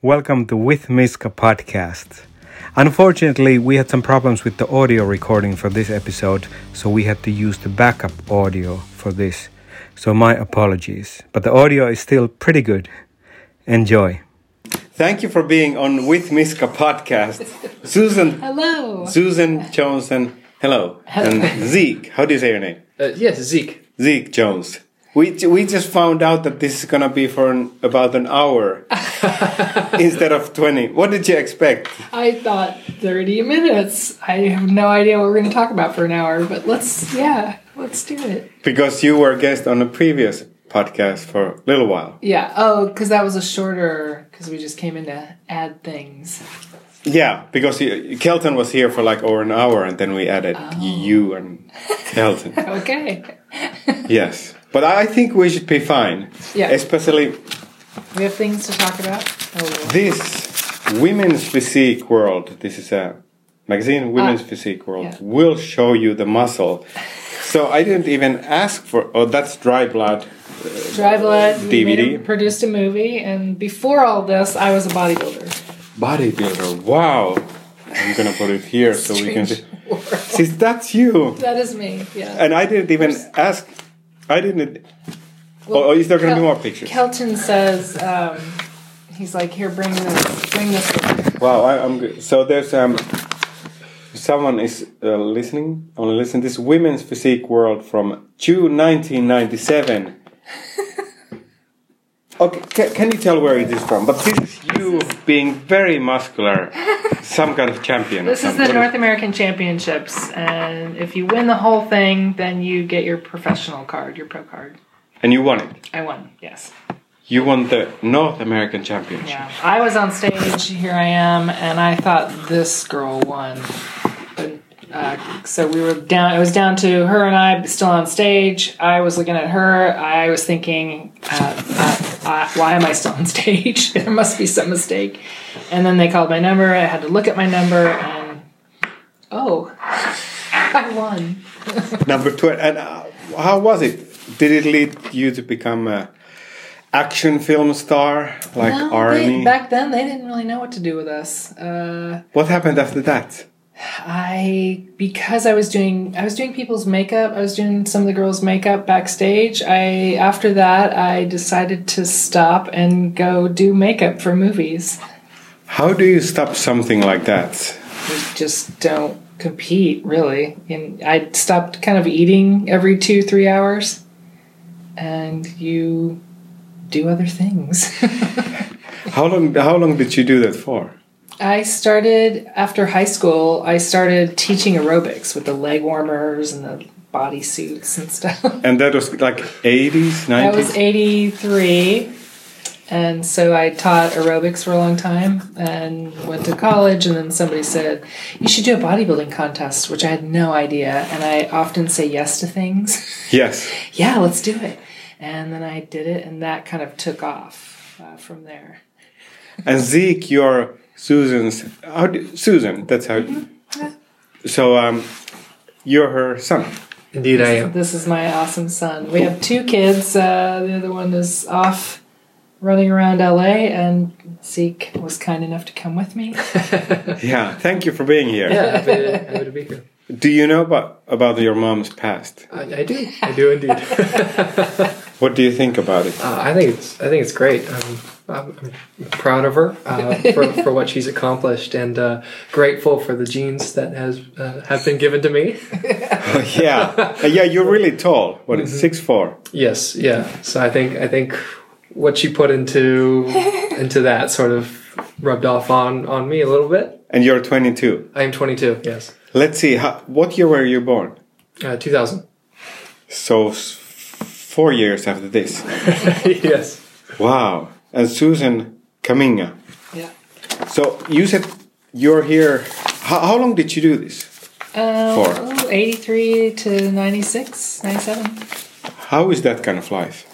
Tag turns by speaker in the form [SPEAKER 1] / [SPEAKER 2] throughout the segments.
[SPEAKER 1] Welcome to With Miska podcast. Unfortunately, we had some problems with the audio recording for this episode, so we had to use the backup audio for this. So my apologies, but the audio is still pretty good. Enjoy. Thank you for being on With Miska podcast. Susan
[SPEAKER 2] Hello.
[SPEAKER 1] Susan Johnson, hello. And Zeke, how do you say your name?
[SPEAKER 3] Uh, yes, Zeke.
[SPEAKER 1] Zeke Jones. We, ju- we just found out that this is gonna be for an, about an hour instead of 20. What did you expect?
[SPEAKER 2] I thought 30 minutes. I have no idea what we're going to talk about for an hour, but let's, yeah, let's do it.
[SPEAKER 1] Because you were a guest on a previous podcast for a little while.
[SPEAKER 2] Yeah. Oh, because that was a shorter, because we just came in to add things.
[SPEAKER 1] Yeah, because you, Kelton was here for like over an hour and then we added you and Kelton.
[SPEAKER 2] Okay.
[SPEAKER 1] yes. But I think we should be fine.
[SPEAKER 2] Yeah.
[SPEAKER 1] Especially
[SPEAKER 2] We have things to talk about. Oh,
[SPEAKER 1] this Women's Physique World, this is a magazine, Women's Physique World,
[SPEAKER 2] Ah. yeah.
[SPEAKER 1] will show you the muscle. So I didn't even ask for, oh, that's dry blood.
[SPEAKER 2] Drive Let
[SPEAKER 1] DVD.
[SPEAKER 2] produced a movie, and before all this, I was a bodybuilder.
[SPEAKER 1] Bodybuilder, wow. I'm gonna put it here so we can see.
[SPEAKER 2] Strange world.
[SPEAKER 1] See, that's you.
[SPEAKER 2] That is me. Yeah.
[SPEAKER 1] And I didn't even ask. I didn't. oh, is there going to be
[SPEAKER 2] Kel-
[SPEAKER 1] more pictures?
[SPEAKER 2] Kelton says, um, he's like, here, bring this, bring this.
[SPEAKER 1] wow, I, I'm good. So there's um, someone is uh, listening. Only listen. This women's physique world from June 1997. Okay, ca- can you tell where it is from? But this is you being very muscular, some kind of champion. or
[SPEAKER 2] This is
[SPEAKER 1] something.
[SPEAKER 2] the
[SPEAKER 1] What
[SPEAKER 2] North American Championships, and if you win the whole thing, then you get your professional card, your pro card.
[SPEAKER 1] And you won it.
[SPEAKER 2] I won, yes.
[SPEAKER 1] You won the North American Championship.
[SPEAKER 2] Yeah. I was on stage, here I am, and I thought this girl won. But, uh, so we were down, it was down to her and I still on stage. I was looking at her, I was thinking, uh, uh, uh, why am I still on stage? there must be some mistake. And then they called my number, I had to look at my number, and oh, I won.
[SPEAKER 1] Number 12. And uh, how was it? Did it lead you to become a action film star like
[SPEAKER 2] No,
[SPEAKER 1] Arnie?
[SPEAKER 2] They, back then, they didn't really know what to do with us. Uh,
[SPEAKER 1] what happened after that?
[SPEAKER 2] I because I was doing I was doing people's makeup. I was doing some of the girls' makeup backstage. I after that, I decided to stop and go do makeup for movies.
[SPEAKER 1] How do you stop something like that?
[SPEAKER 2] We just don't compete really. And I stopped kind of eating every two three hours, and you do other things.
[SPEAKER 1] How long how long did you do that for?
[SPEAKER 2] I started after high school. I started teaching aerobics with the leg warmers and the body suits and stuff.
[SPEAKER 1] And that was like 80s, 90s?
[SPEAKER 2] I was 83, and so I taught aerobics for a long time and went to college. And then somebody said, "You should do a bodybuilding contest," which I had no idea. And I often say yes to things.
[SPEAKER 1] yes.
[SPEAKER 2] yeah, let's do it. And then I did it, and that kind of took off uh, from there.
[SPEAKER 1] And Zeke, you're Susan's how do, Susan, that's how So um you're her son.
[SPEAKER 3] Indeed, I am.
[SPEAKER 2] This is my awesome son. We have two kids. Uh, the other one is off running around LA, and Zeke was kind enough to come with me.
[SPEAKER 1] Yeah. Thank you for being here.
[SPEAKER 3] Yeah, happy to, happy to be here.
[SPEAKER 1] Do you know about about your mom's past?
[SPEAKER 3] I, I do. I do indeed. uh,
[SPEAKER 1] What do you think about it?
[SPEAKER 3] I think it's. I think it's great. I'm, I'm, I'm proud of her uh, for, for what she's accomplished, and uh, grateful for the genes that has uh, have been given to me.
[SPEAKER 1] yeah, Uh, yeah. You're really tall. What is six four?
[SPEAKER 3] Yes. Yeah. So I think. I think what she put into into that sort of rubbed off on on me a little bit.
[SPEAKER 1] And you're 22.
[SPEAKER 3] I am 22. Yes.
[SPEAKER 1] Let's see. How, what year were you born?
[SPEAKER 3] Uh, 2000.
[SPEAKER 1] So s- four years after this.
[SPEAKER 3] yes.
[SPEAKER 1] Wow. And Susan Kaminga.
[SPEAKER 2] yeah.
[SPEAKER 1] So you said you're here. How, how long did you do this?
[SPEAKER 2] Um,
[SPEAKER 1] Four.
[SPEAKER 2] ooh, 83 to 96, 97.
[SPEAKER 1] How is that kind of life?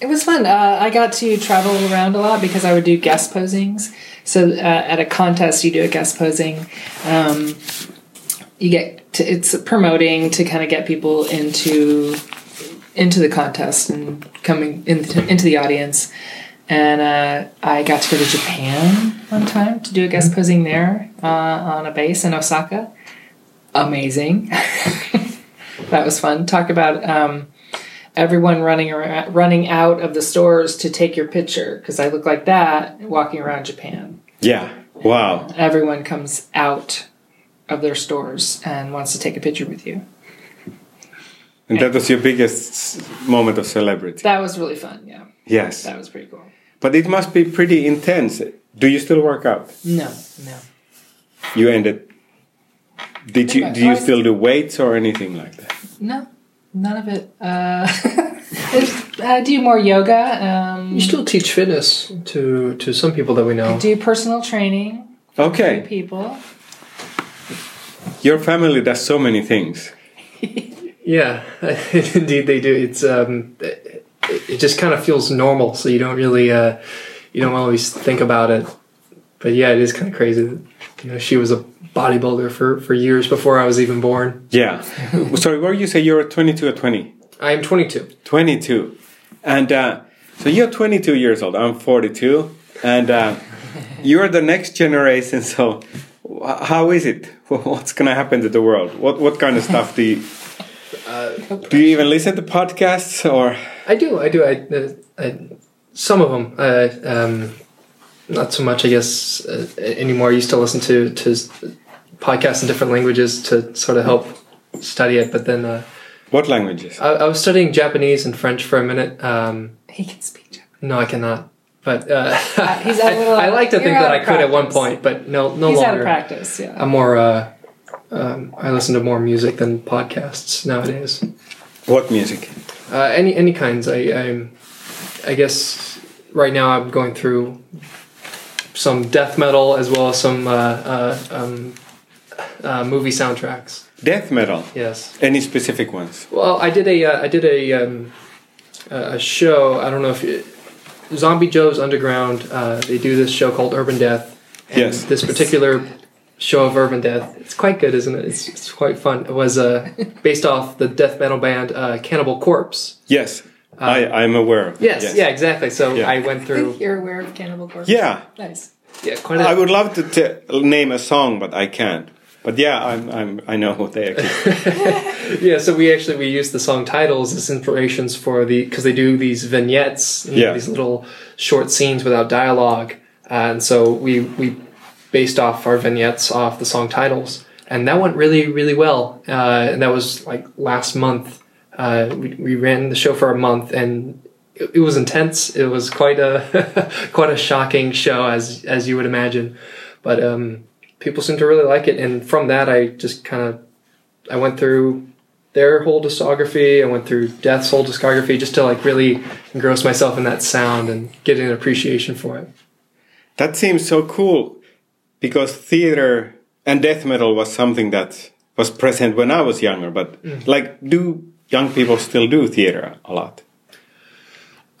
[SPEAKER 2] It was fun. Uh, I got to travel around a lot because I would do guest posings. So uh, at a contest, you do a guest posing. Um, you get to, it's promoting to kind of get people into into the contest and coming in, into the audience. And uh, I got to go to Japan one time to do a guest posing there uh, on a base in Osaka. Amazing. that was fun. Talk about um, everyone running around, running out of the stores to take your picture because I look like that walking around Japan.
[SPEAKER 1] Yeah. Wow.
[SPEAKER 2] Everyone comes out of their stores and wants to take a picture with you.
[SPEAKER 1] And that was your biggest s- moment of celebrity.
[SPEAKER 2] That was really fun. Yeah,
[SPEAKER 1] Yes.
[SPEAKER 2] that was pretty cool.
[SPEAKER 1] But it must be pretty intense. Do you still work out?
[SPEAKER 2] No, no.
[SPEAKER 1] You ended. Did you
[SPEAKER 2] Yeah,
[SPEAKER 1] do you
[SPEAKER 2] I-
[SPEAKER 1] still do weights or anything like that?
[SPEAKER 2] No, none of it. Uh, there's- I do more yoga. Um,
[SPEAKER 3] You still teach fitness to to some people that we know.
[SPEAKER 2] do personal training.
[SPEAKER 1] Okay.
[SPEAKER 2] People.
[SPEAKER 1] Your family does so many things.
[SPEAKER 3] Yeah, indeed they do. It's um, it, it just kind of feels normal, so you don't really uh, you don't always think about it. But yeah, it is kind of crazy. That, you know, she was a bodybuilder for for years before I was even born.
[SPEAKER 1] Yeah. Sorry, what did you say? You're 22 or 20?
[SPEAKER 3] I am 22.
[SPEAKER 1] 22. And uh, so you're 22 years old. I'm 42. And uh, you're the next generation. So wh- how is it? What's going to happen to the world? What what kind of stuff do you
[SPEAKER 3] Uh,
[SPEAKER 1] do? You even listen to podcasts or
[SPEAKER 3] I do. I do. I, uh, I some of them. Uh, um, not so much, I guess, uh, anymore. I used to listen to to podcasts in different languages to sort of help study it. But then uh,
[SPEAKER 1] what languages?
[SPEAKER 3] I, I was studying Japanese and French for a minute. Um,
[SPEAKER 2] He can speak Japanese.
[SPEAKER 3] no, I cannot. But uh,
[SPEAKER 2] he's out of-
[SPEAKER 3] I, I like to think
[SPEAKER 2] you're
[SPEAKER 3] that
[SPEAKER 2] out
[SPEAKER 3] I
[SPEAKER 2] of
[SPEAKER 3] could at one
[SPEAKER 2] practice.
[SPEAKER 3] point, but no, no
[SPEAKER 2] He's out of
[SPEAKER 3] longer.
[SPEAKER 2] practice. Yeah.
[SPEAKER 3] I'm more. Uh, um, I listen to more music than podcasts nowadays.
[SPEAKER 1] What music?
[SPEAKER 3] Uh, any any kinds. I I'm, I guess right now I'm going through some death metal as well as some uh, uh, um, uh, movie soundtracks.
[SPEAKER 1] Death metal.
[SPEAKER 3] Yes.
[SPEAKER 1] Any specific ones?
[SPEAKER 3] Well, I did a uh, I did a um, a a show. I don't know if you, Zombie Joe's Underground. Uh, they do this show called Urban Death. And
[SPEAKER 1] Yes.
[SPEAKER 3] This particular show of Urban Death. It's quite good, isn't it? It's, it's quite fun. It was uh, based off the death metal band uh, Cannibal Corpse.
[SPEAKER 1] Yes. I, I'm aware. of it,
[SPEAKER 3] Uh, Yes, yeah, exactly. So
[SPEAKER 1] Yeah.
[SPEAKER 3] I went
[SPEAKER 2] I
[SPEAKER 3] through
[SPEAKER 2] think you're aware of Cannibal Corpse.
[SPEAKER 1] Yeah.
[SPEAKER 2] Nice.
[SPEAKER 3] yeah, quite a
[SPEAKER 1] I would love to t- name a song, but I can't. But yeah, I'm, I'm, I know what they are.
[SPEAKER 3] yeah. So we actually we used the song titles as inspirations for the because they do these vignettes, and
[SPEAKER 1] Yeah.
[SPEAKER 3] these little short scenes without dialogue, uh, and so we we based off our vignettes off the song titles, and that went really really well, uh, and that was like last month. Uh, we, we ran the show for a month and. It it was intense. It was quite a quite a shocking show, as as you would imagine. But um, people seem to really like it, and from that, I just kind of I went through their whole discography. I went through Death's whole discography just to like really engross myself in that sound and get an appreciation for it.
[SPEAKER 1] that seems so cool because theater and death metal was something that was present when I was younger. But
[SPEAKER 3] Mm.
[SPEAKER 1] like, do young people still do theater a lot?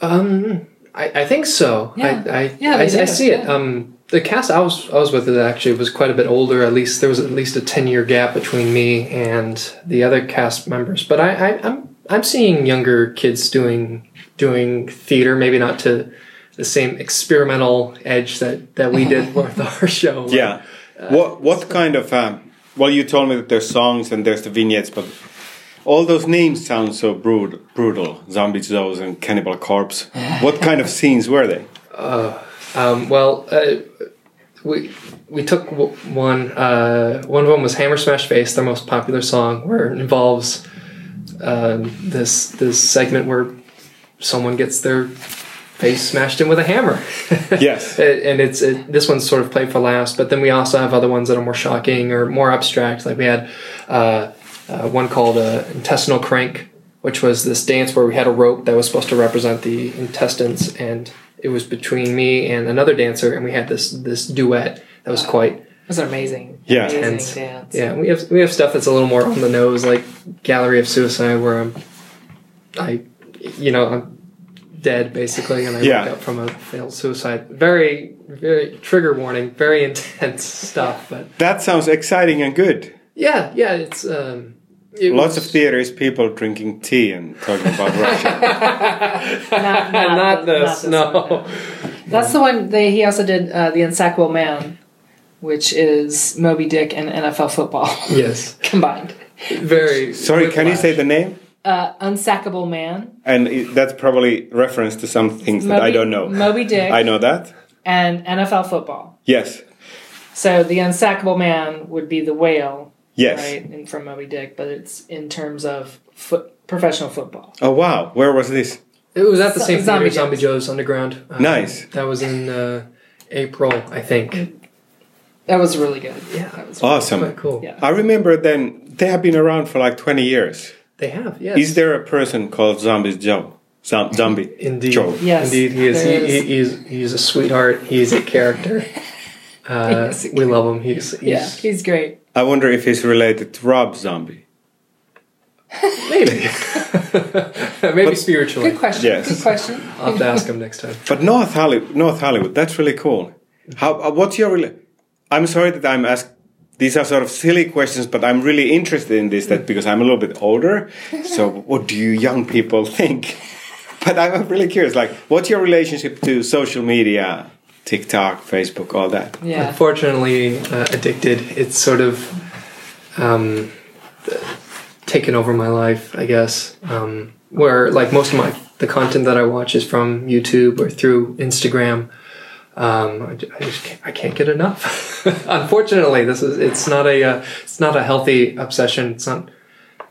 [SPEAKER 3] I, I think so.
[SPEAKER 2] Yeah.
[SPEAKER 3] I, I,
[SPEAKER 2] Yeah,
[SPEAKER 3] I,
[SPEAKER 2] they
[SPEAKER 3] I
[SPEAKER 2] do,
[SPEAKER 3] see it.
[SPEAKER 2] yeah.
[SPEAKER 3] Um, the cast I was I was with it actually was quite a bit older. At least there was at least a ten year gap between me and the other cast members. But I, I I'm I'm seeing younger kids doing doing theater. Maybe not to the same experimental edge that that we did with our show.
[SPEAKER 1] Yeah.
[SPEAKER 3] Uh,
[SPEAKER 1] what what kind of? Um, well, you told me that there's songs and there's the vignettes, but all those names sound so brud- brutal. Zombie Joes and Cannibal Corpse. What kind of scenes were they?
[SPEAKER 3] Um, well, uh, we we took w- one. Uh, one of them was Hammer Smash Face, their most popular song, where it involves um this this segment where someone gets their face smashed in with a hammer.
[SPEAKER 1] Yes.
[SPEAKER 3] A- and it's it, this one's sort of played for laughs, but then we also have other ones that are more shocking or more abstract. Like we had uh, uh, one called uh, intestinal crank, which was this dance where we had a rope that was supposed to represent the intestines, and it was between me and another dancer, and we had this this duet that was quite
[SPEAKER 2] Those are amazing.
[SPEAKER 1] Yeah.
[SPEAKER 2] Amazing
[SPEAKER 3] Tense.
[SPEAKER 2] dance.
[SPEAKER 3] yeah. We have we have stuff that's a little more on the nose, like Gallery of Suicide, where I'm I you know I'm dead basically, and I
[SPEAKER 1] Yeah.
[SPEAKER 3] wake up from a failed suicide. Very very trigger warning, very intense stuff, but
[SPEAKER 1] That sounds exciting and good.
[SPEAKER 3] yeah, yeah, it's um, it
[SPEAKER 1] Lots
[SPEAKER 3] was-
[SPEAKER 1] of theater is people drinking tea and talking about Russia.
[SPEAKER 2] Not, not,
[SPEAKER 3] not this,
[SPEAKER 2] not
[SPEAKER 3] no.
[SPEAKER 2] That's the one they, he also did uh, the Unsackable Man, which is Moby Dick and NFL football
[SPEAKER 3] Yes.
[SPEAKER 2] combined.
[SPEAKER 3] Very.
[SPEAKER 1] Sorry, can you
[SPEAKER 3] Whiplash.
[SPEAKER 1] say the name?
[SPEAKER 2] Uh, Unsackable Man,
[SPEAKER 1] And it, that's probably reference to some things that I
[SPEAKER 2] Moby-
[SPEAKER 1] don't know.
[SPEAKER 2] Moby Dick.
[SPEAKER 1] I know that.
[SPEAKER 2] and NFL football.
[SPEAKER 1] Yes.
[SPEAKER 2] So the Unsackable Man would be the whale,
[SPEAKER 1] Yes.
[SPEAKER 2] right, and from Moby Dick, but it's in terms of foot, professional football.
[SPEAKER 1] Oh wow, where was this?
[SPEAKER 3] It was at the
[SPEAKER 2] Zo-
[SPEAKER 3] same
[SPEAKER 2] Zombie
[SPEAKER 3] theater,
[SPEAKER 2] Joe's.
[SPEAKER 3] Zombie Joe's Underground. Uh,
[SPEAKER 1] Nice.
[SPEAKER 3] That was in uh, April, I think.
[SPEAKER 2] That was really good.
[SPEAKER 3] Yeah.
[SPEAKER 2] that was
[SPEAKER 3] Quite
[SPEAKER 1] Awesome.
[SPEAKER 3] cool.
[SPEAKER 2] Yeah.
[SPEAKER 1] I remember then they have been around for like 20 years.
[SPEAKER 3] They have. Yes.
[SPEAKER 1] Is there a person called Zombies Joe? Zom- zombie
[SPEAKER 3] Indeed.
[SPEAKER 1] Joe.
[SPEAKER 2] Yes,
[SPEAKER 3] Indeed, he is.
[SPEAKER 2] there is.
[SPEAKER 3] He, he, he's he's a sweetheart. He's a character. Uh,
[SPEAKER 2] He's a
[SPEAKER 3] we love him. He's, he's
[SPEAKER 2] Yeah, he's great.
[SPEAKER 1] I wonder if he's related to Rob Zombie.
[SPEAKER 3] maybe maybe spiritually.
[SPEAKER 2] Good question.
[SPEAKER 1] Yes.
[SPEAKER 2] Good question.
[SPEAKER 3] I'll have to ask him next time.
[SPEAKER 1] But North Hollywood, North Hollywood, that's really cool. How? uh, What's your? Rela- I'm sorry that I'm asked. These are sort of silly questions, but I'm really interested in this that because I'm a little bit older. So, what do you young people think? But I'm really curious. Like, what's your relationship to social media, TikTok, Facebook, all that?
[SPEAKER 2] Yeah.
[SPEAKER 3] Unfortunately, uh, addicted. It's sort of um, taken over my life, I guess. Um, where like most of my the content that I watch is from YouTube or through Instagram. Um, I, ju- I just can't, I can't get enough. Unfortunately, this is it's not a uh, it's not a healthy obsession. It's not.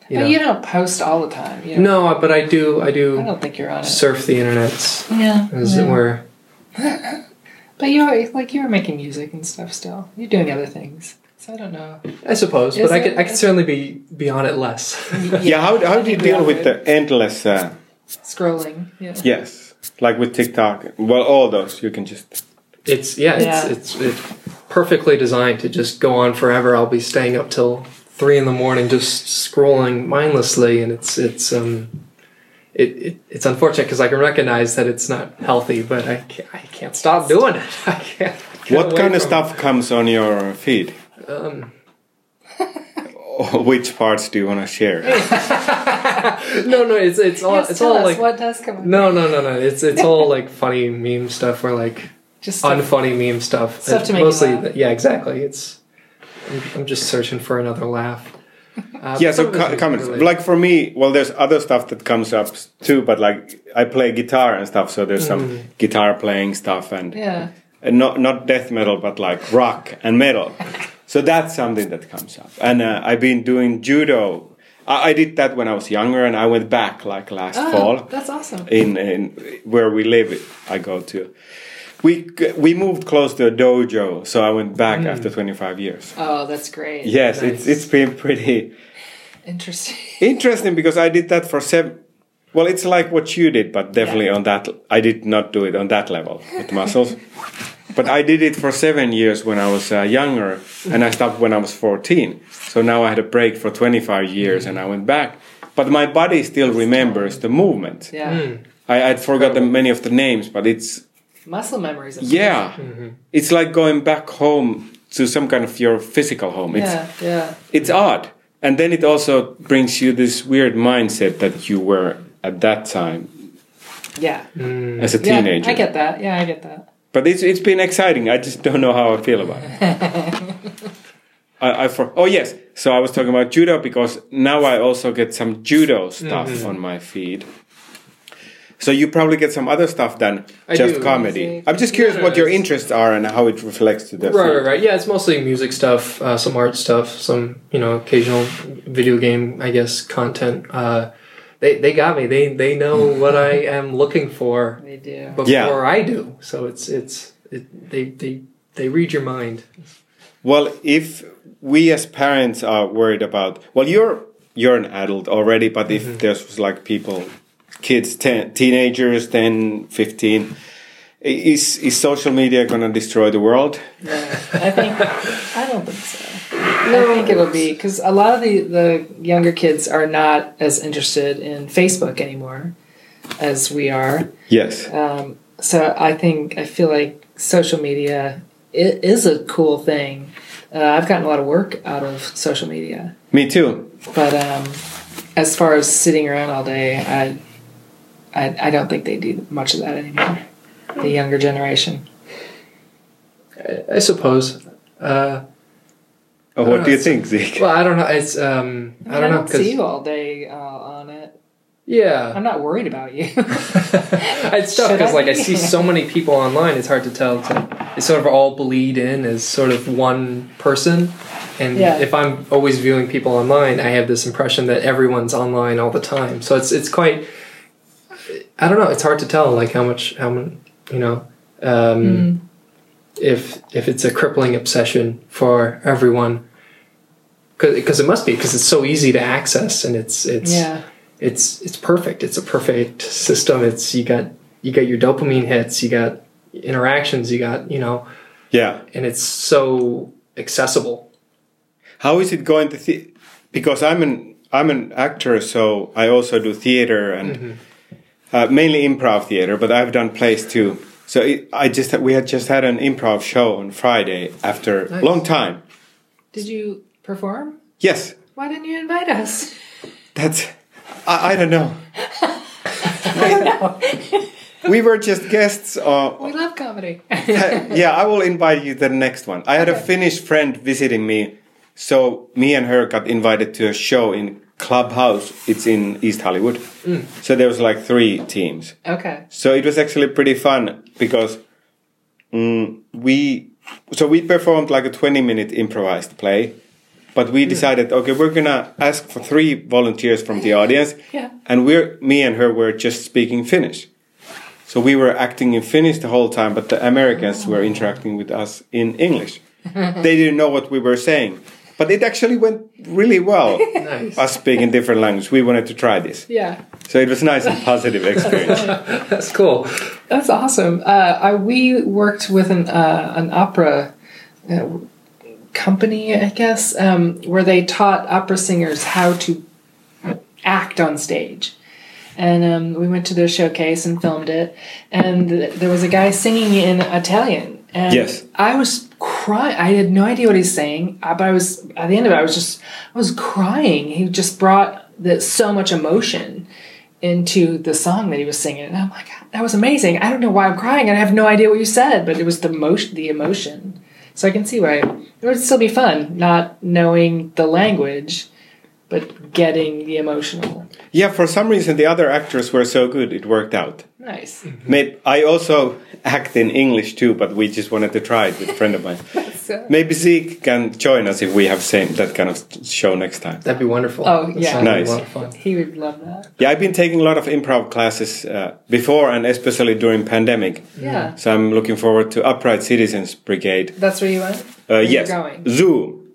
[SPEAKER 3] You know,
[SPEAKER 2] But Oh, you don't post all the time. You know?
[SPEAKER 3] no, but I do I
[SPEAKER 2] I
[SPEAKER 3] do
[SPEAKER 2] don't think you're on it.
[SPEAKER 3] surf the internet.
[SPEAKER 2] Yeah.
[SPEAKER 3] As
[SPEAKER 2] yeah.
[SPEAKER 3] it were.
[SPEAKER 2] But you are like you were making music and stuff still. You're doing other things. So I don't know.
[SPEAKER 3] I suppose,
[SPEAKER 2] Is
[SPEAKER 3] but I
[SPEAKER 2] it-
[SPEAKER 3] could I could certainly be be on it less.
[SPEAKER 1] Yeah. how, how do you
[SPEAKER 2] think we
[SPEAKER 1] deal
[SPEAKER 2] all
[SPEAKER 1] with
[SPEAKER 2] would.
[SPEAKER 1] the endless? Uh,
[SPEAKER 2] Scrolling. Yeah.
[SPEAKER 1] yes, like with TikTok. Well, all those you can just.
[SPEAKER 3] It's yeah,
[SPEAKER 2] Yeah.
[SPEAKER 3] It's, it's it's perfectly designed to just go on forever. I'll be staying up till three in the morning just scrolling mindlessly, and it's it's um, it, it it's unfortunate because I can recognize that it's not healthy, but I can't, I can't stop doing it. I can't. get
[SPEAKER 1] What
[SPEAKER 3] away
[SPEAKER 1] kind of
[SPEAKER 3] from
[SPEAKER 1] stuff comes on your feed? Um. Which parts do you want to share?
[SPEAKER 3] it. No, no, it's it's all
[SPEAKER 2] Yes,
[SPEAKER 3] it's
[SPEAKER 2] tell
[SPEAKER 3] all
[SPEAKER 2] us
[SPEAKER 3] like
[SPEAKER 2] what does come. up.
[SPEAKER 3] no, no, no, no. It's it's all like funny meme stuff or like
[SPEAKER 2] Just stuff.
[SPEAKER 3] unfunny meme stuff.
[SPEAKER 2] Stuff to
[SPEAKER 3] It's
[SPEAKER 2] make you
[SPEAKER 3] mostly
[SPEAKER 2] laugh.
[SPEAKER 3] yeah, exactly. It's I'm, I'm just searching for another laugh. Uh,
[SPEAKER 1] yeah
[SPEAKER 3] but some
[SPEAKER 1] so
[SPEAKER 3] of it's
[SPEAKER 1] co- comments
[SPEAKER 3] related.
[SPEAKER 1] like for me well there's other stuff that comes up s- too but like i play guitar and stuff so there's
[SPEAKER 3] Mm.
[SPEAKER 1] some guitar playing stuff and,
[SPEAKER 2] yeah.
[SPEAKER 1] and not not death metal but like rock and metal so that's something that comes up and uh, i've been doing judo I, I did that when i was younger and i went back like last
[SPEAKER 3] Ah.
[SPEAKER 2] Oh,
[SPEAKER 1] fall
[SPEAKER 2] that's awesome.
[SPEAKER 1] in, in where we live i go to we g- we moved close to a dojo so i went back after 25 years
[SPEAKER 2] Oh, that's great.
[SPEAKER 1] yes it's it's been pretty
[SPEAKER 2] Interesting.
[SPEAKER 1] Interesting because I did that for seven. Well, it's like what you did, but definitely on that. I did not do it on that level with muscles. but I did it for seven years when I was uh, younger, and I stopped when I was 14. So now I had a break for 25 years and I went back. But my body still remembers the movement.
[SPEAKER 2] Yeah.
[SPEAKER 1] I, I'd forgotten many of the names, but it's
[SPEAKER 2] Muscle memories. Of
[SPEAKER 1] yeah,
[SPEAKER 3] Mm-hmm.
[SPEAKER 1] it's like going back home to some kind of your physical home. It's
[SPEAKER 2] Yeah. Yeah.
[SPEAKER 1] it's odd and then it also brings you this weird mindset that you were at that time
[SPEAKER 2] Yeah.
[SPEAKER 3] Mm.
[SPEAKER 1] as a
[SPEAKER 2] Yeah,
[SPEAKER 1] teenager
[SPEAKER 2] I get that. Yeah, I get that.
[SPEAKER 1] but it's, it's been exciting i just don't know how i feel about it I, I for, oh yes so i was talking about judo because now i also get some judo stuff
[SPEAKER 3] Mm-hmm.
[SPEAKER 1] on my feed so you probably get some other stuff than
[SPEAKER 3] I
[SPEAKER 1] just
[SPEAKER 3] do.
[SPEAKER 1] comedy i'm just curious
[SPEAKER 3] No, no,
[SPEAKER 1] what your
[SPEAKER 3] it's-
[SPEAKER 1] interests are and how it reflects to the
[SPEAKER 3] Right,
[SPEAKER 1] feed.
[SPEAKER 3] right, right. Yeah, it's mostly music stuff, uh, some art stuff, some you know occasional video game, I guess, content. Uh, they they got me. They they know what I am looking for
[SPEAKER 2] They do.
[SPEAKER 3] before
[SPEAKER 1] Yeah.
[SPEAKER 3] I do. So it's it's it, they they they read your mind.
[SPEAKER 1] Well, if we as parents are worried about, well, you're you're an adult already, but if there's like people, kids, ten, teenagers, 10, 15, i- is is social media gonna destroy the world?
[SPEAKER 2] Yeah. I think. I don't think so. I think it'll be because a lot of the the younger kids are not as interested in Facebook anymore as we are.
[SPEAKER 1] Yes.
[SPEAKER 2] Um, so I think I feel like social media it is a cool thing. Uh, I've gotten a lot of work out of social media,
[SPEAKER 1] Me too.
[SPEAKER 2] but um, as far as sitting around all day, I, I I don't think they do much of that anymore. the younger generation.
[SPEAKER 3] I suppose. Uh,
[SPEAKER 1] Oh, what do you think, Zeke?
[SPEAKER 3] well, I don't know. It's um, I don't know
[SPEAKER 2] see
[SPEAKER 3] because
[SPEAKER 2] you all day uh, on it.
[SPEAKER 3] yeah,
[SPEAKER 2] I'm not worried about you.
[SPEAKER 3] it's tough
[SPEAKER 2] Should
[SPEAKER 3] because
[SPEAKER 2] I
[SPEAKER 3] like I
[SPEAKER 2] be?
[SPEAKER 3] see so many people online. It's hard to tell. It's, like, it's sort of all bleed in as sort of one person. And
[SPEAKER 2] Yeah.
[SPEAKER 3] if I'm always viewing people online, I have this impression that everyone's online all the time. So it's it's quite. I don't know. It's hard to tell like how much how much you know. Um,
[SPEAKER 2] Hmm.
[SPEAKER 3] if if it's a crippling obsession for everyone because it must be because it's so easy to access and it's it's
[SPEAKER 2] yeah.
[SPEAKER 3] it's it's perfect it's a perfect system it's you got you got your dopamine hits you got interactions you got you know
[SPEAKER 1] Yeah.
[SPEAKER 3] and it's so accessible
[SPEAKER 1] How is it going to? The- because I'm an I'm an actor, so I also do theater and uh, mainly improv theater, but I've done plays too. So it, I just we had just had an improv show on Friday after a
[SPEAKER 3] Nice.
[SPEAKER 1] long time.
[SPEAKER 2] Did you perform?
[SPEAKER 1] Yes,
[SPEAKER 2] Why didn't you invite us?
[SPEAKER 1] that's I, I don't know. we were just guests uh,
[SPEAKER 2] We love comedy.
[SPEAKER 1] yeah, I will invite you to the next one. I had a Finnish friend visiting me, so me and her got invited to a show in Clubhouse. It's in East Hollywood. So there was like three teams.
[SPEAKER 2] okay.
[SPEAKER 1] So it was actually pretty fun because mm, we so we performed like a 20 minute improvised play, but we decided okay we're gonna ask for three volunteers from the audience,
[SPEAKER 2] Yeah.
[SPEAKER 1] and we're me and her were just speaking Finnish, so we were acting in Finnish the whole time, but the Americans were interacting with us in English. they didn't know what we were saying, but it actually went really well.
[SPEAKER 3] nice
[SPEAKER 1] us speaking different language, we wanted to try this,
[SPEAKER 2] Yeah.
[SPEAKER 1] so it was nice and positive experience.
[SPEAKER 3] that's cool
[SPEAKER 2] That's awesome. Uh, I, we worked with an uh, an opera uh, company, I guess, um, where they taught opera singers how to act on stage. And um, we went to their showcase and filmed it. And th- there was a guy singing in Italian. And
[SPEAKER 1] Yes.
[SPEAKER 2] I was crying. I had no idea what he's saying, uh, but I was at the end of it. I was just I was crying. He just brought the, so much emotion into the song that he was singing, and I'm like, that was amazing. I don't know why I'm crying, and I have no idea what you said, but it was the most the emotion. So I can see why it would still be fun not knowing the language, but getting the emotional.
[SPEAKER 1] Yeah, for some reason the other actors were so good, it worked out.
[SPEAKER 2] Nice.
[SPEAKER 3] Mm.
[SPEAKER 1] Maybe I also act in English too, but we just wanted to try it with a friend of mine.
[SPEAKER 2] So,
[SPEAKER 1] Maybe Zeke can join us if we have same that kind of show next time.
[SPEAKER 3] that'd be wonderful
[SPEAKER 2] Oh,
[SPEAKER 3] That
[SPEAKER 2] yeah.
[SPEAKER 3] sounds like
[SPEAKER 1] Nice.
[SPEAKER 3] a lot of fun
[SPEAKER 2] he would love that.
[SPEAKER 3] Mm.
[SPEAKER 1] Yeah, I've been taking a lot of improv classes uh, before and especially during pandemic.
[SPEAKER 2] Yeah.
[SPEAKER 1] So I'm looking forward to Upright Citizens Brigade.
[SPEAKER 2] That's where you went.
[SPEAKER 1] Uh,
[SPEAKER 2] Where
[SPEAKER 1] yes,
[SPEAKER 2] You're going.
[SPEAKER 1] Zoom.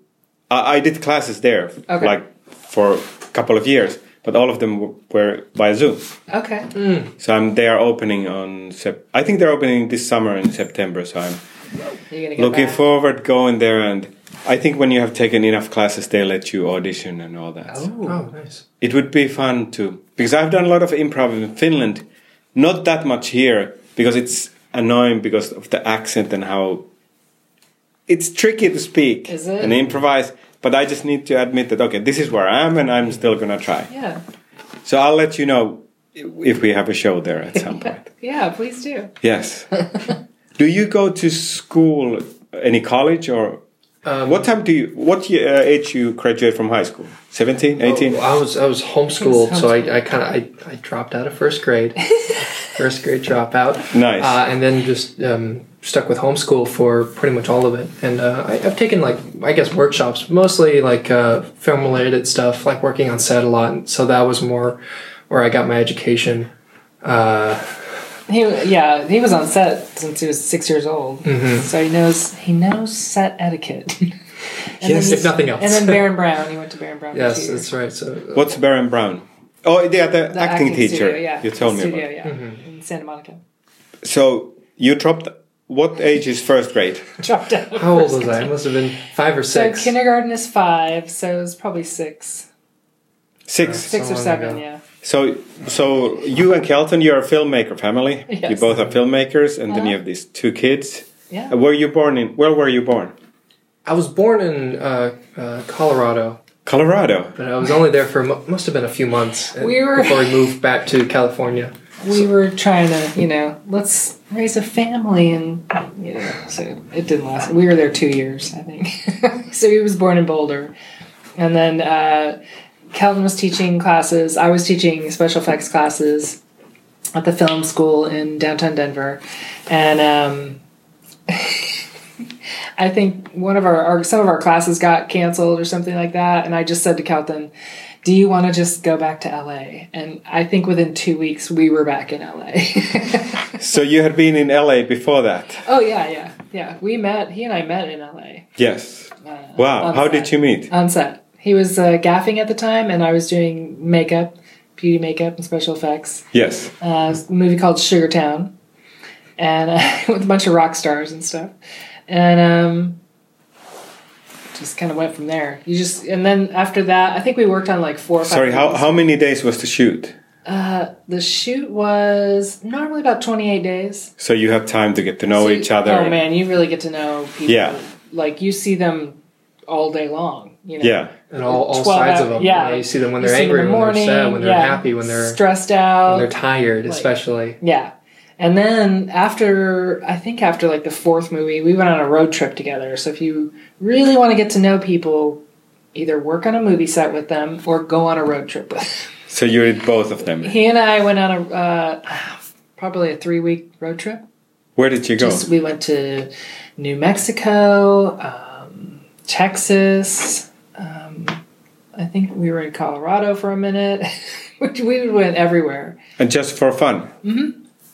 [SPEAKER 1] I, I did classes there,
[SPEAKER 2] Okay.
[SPEAKER 1] like for a couple of years, but all of them w- were by Zoom.
[SPEAKER 2] Okay.
[SPEAKER 3] Mm.
[SPEAKER 1] So I'm they are opening on sep- I think they're opening this summer in September. So I'm
[SPEAKER 2] You're gonna get
[SPEAKER 1] looking
[SPEAKER 2] back.
[SPEAKER 1] forward going there and I think when you have taken enough classes they let you audition and all that. So
[SPEAKER 3] oh nice
[SPEAKER 1] It would be fun to because I've done a lot of improv in Finland, not that much here because it's annoying because of the accent and how it's tricky to speak
[SPEAKER 2] Is it?
[SPEAKER 1] and improvise. But I just need to admit that okay, this is where I am and I'm still gonna try.
[SPEAKER 2] Yeah.
[SPEAKER 1] So I'll let you know if we have a show there at some point.
[SPEAKER 2] Yeah. Please do.
[SPEAKER 1] Yes. do you go to school, any college or
[SPEAKER 3] Um,
[SPEAKER 1] what time do you what year, uh, age you graduate from high school?
[SPEAKER 2] Oh,
[SPEAKER 1] 17, 18?
[SPEAKER 2] uh,
[SPEAKER 3] Well, I was I was homeschooled,
[SPEAKER 2] He was
[SPEAKER 3] so
[SPEAKER 2] homeschooled.
[SPEAKER 3] I, I kind of I, I dropped out of first grade, first grade dropout.
[SPEAKER 1] Nice.
[SPEAKER 3] Uh, and then just um, stuck with homeschool for pretty much all of it. And uh, I, I've taken like I guess workshops, mostly like uh, film related stuff, like working on set a lot. And so that was more where I got my education. Uh,
[SPEAKER 2] He yeah he was on set since he was six years old,
[SPEAKER 3] Mm-hmm.
[SPEAKER 2] so he knows he knows set etiquette. And then
[SPEAKER 3] Yes, if
[SPEAKER 2] he's-
[SPEAKER 3] nothing else.
[SPEAKER 2] And then Baron Brown, he went to Baron Brown. for two
[SPEAKER 3] yes,
[SPEAKER 2] years.
[SPEAKER 3] that's right. So uh,
[SPEAKER 1] What's Baron Brown? Oh, yeah, the,
[SPEAKER 2] The
[SPEAKER 1] acting, teacher.
[SPEAKER 2] studio, yeah,
[SPEAKER 1] You told me
[SPEAKER 2] studio,
[SPEAKER 1] about.
[SPEAKER 2] yeah,
[SPEAKER 3] Mm-hmm.
[SPEAKER 2] in Santa Monica.
[SPEAKER 1] So you dropped what age is first grade?
[SPEAKER 2] Dropped out. of
[SPEAKER 3] how old
[SPEAKER 2] first
[SPEAKER 3] was I? I
[SPEAKER 2] grade.
[SPEAKER 3] must have been five or
[SPEAKER 2] So
[SPEAKER 3] six.
[SPEAKER 2] kindergarten is five, so it was probably six,
[SPEAKER 1] 6.
[SPEAKER 2] Uh, six
[SPEAKER 3] So
[SPEAKER 2] or
[SPEAKER 3] long
[SPEAKER 2] seven.
[SPEAKER 3] ago.
[SPEAKER 2] Yeah,
[SPEAKER 1] So so you and Kelton you're a filmmaker family.
[SPEAKER 2] Yes. Uh-huh.
[SPEAKER 1] You both are filmmakers and then you have these two kids.
[SPEAKER 2] yeah.
[SPEAKER 1] Uh, Were you born in where were you born?
[SPEAKER 3] I was born in uh, uh, Colorado.
[SPEAKER 1] Colorado.
[SPEAKER 3] But I was only there for mu- must have been a few months. uh, and-
[SPEAKER 2] We were-
[SPEAKER 3] before we moved back to California.
[SPEAKER 2] we were trying to, you know, let's raise a family, and you know, so it didn't last. We were there two years, I think. so he was born in Boulder, and then uh, Kelvin was teaching classes. I was teaching special effects classes at the film school in downtown Denver, and um, I think one of our, our some of our classes got canceled or something like that, and I just said to Kelton, "Do you want to just go back to LA?" And I think within two weeks we were back in LA.
[SPEAKER 1] So you had been in LA before that?
[SPEAKER 2] oh yeah, yeah, yeah. We met. He and I met in LA
[SPEAKER 1] Yes. Wow.
[SPEAKER 2] on
[SPEAKER 1] How
[SPEAKER 2] set.
[SPEAKER 1] did you meet?
[SPEAKER 2] on set. He was uh, gaffing at the time, and I was doing makeup, beauty makeup, and special effects.
[SPEAKER 1] Yes.
[SPEAKER 2] uh, a movie called Sugar Town, and uh, with a bunch of rock stars and stuff, and um, just kind of went from there. You just and then after that, I think we worked on like four. or five
[SPEAKER 1] Sorry, how,
[SPEAKER 2] movies. Uh,
[SPEAKER 1] how many days was the shoot?
[SPEAKER 2] the shoot was normally about twenty eight days.
[SPEAKER 1] So you had time to get to know
[SPEAKER 2] So you-
[SPEAKER 1] each other.
[SPEAKER 2] Oh man, you really get to know people.
[SPEAKER 1] Yeah.
[SPEAKER 2] like you see them all day long. You know.
[SPEAKER 1] Yeah.
[SPEAKER 3] and all, all
[SPEAKER 2] 12
[SPEAKER 3] sides
[SPEAKER 2] hour-
[SPEAKER 3] of them.
[SPEAKER 2] yeah.
[SPEAKER 3] You, know, you see them when
[SPEAKER 2] You
[SPEAKER 3] they're
[SPEAKER 2] see them in
[SPEAKER 3] angry,
[SPEAKER 2] the
[SPEAKER 3] when they're sad,
[SPEAKER 2] morning,
[SPEAKER 3] when they're
[SPEAKER 2] yeah.
[SPEAKER 3] happy, when they're
[SPEAKER 2] stressed out.
[SPEAKER 3] when they're tired,
[SPEAKER 2] Like-
[SPEAKER 3] especially.
[SPEAKER 2] Yeah. And then after, I think after like the fourth movie, we went on a road trip together. So if you really want to get to know people, either work on a movie set with them or go on a road trip with them.
[SPEAKER 1] So you did both of them.
[SPEAKER 2] He and I went on a, uh, probably a three week road trip.
[SPEAKER 1] Where did you go?
[SPEAKER 2] Just, we went to New Mexico, um, Texas. Um, I think we were in Colorado for a minute. we we went everywhere.
[SPEAKER 1] and just for fun.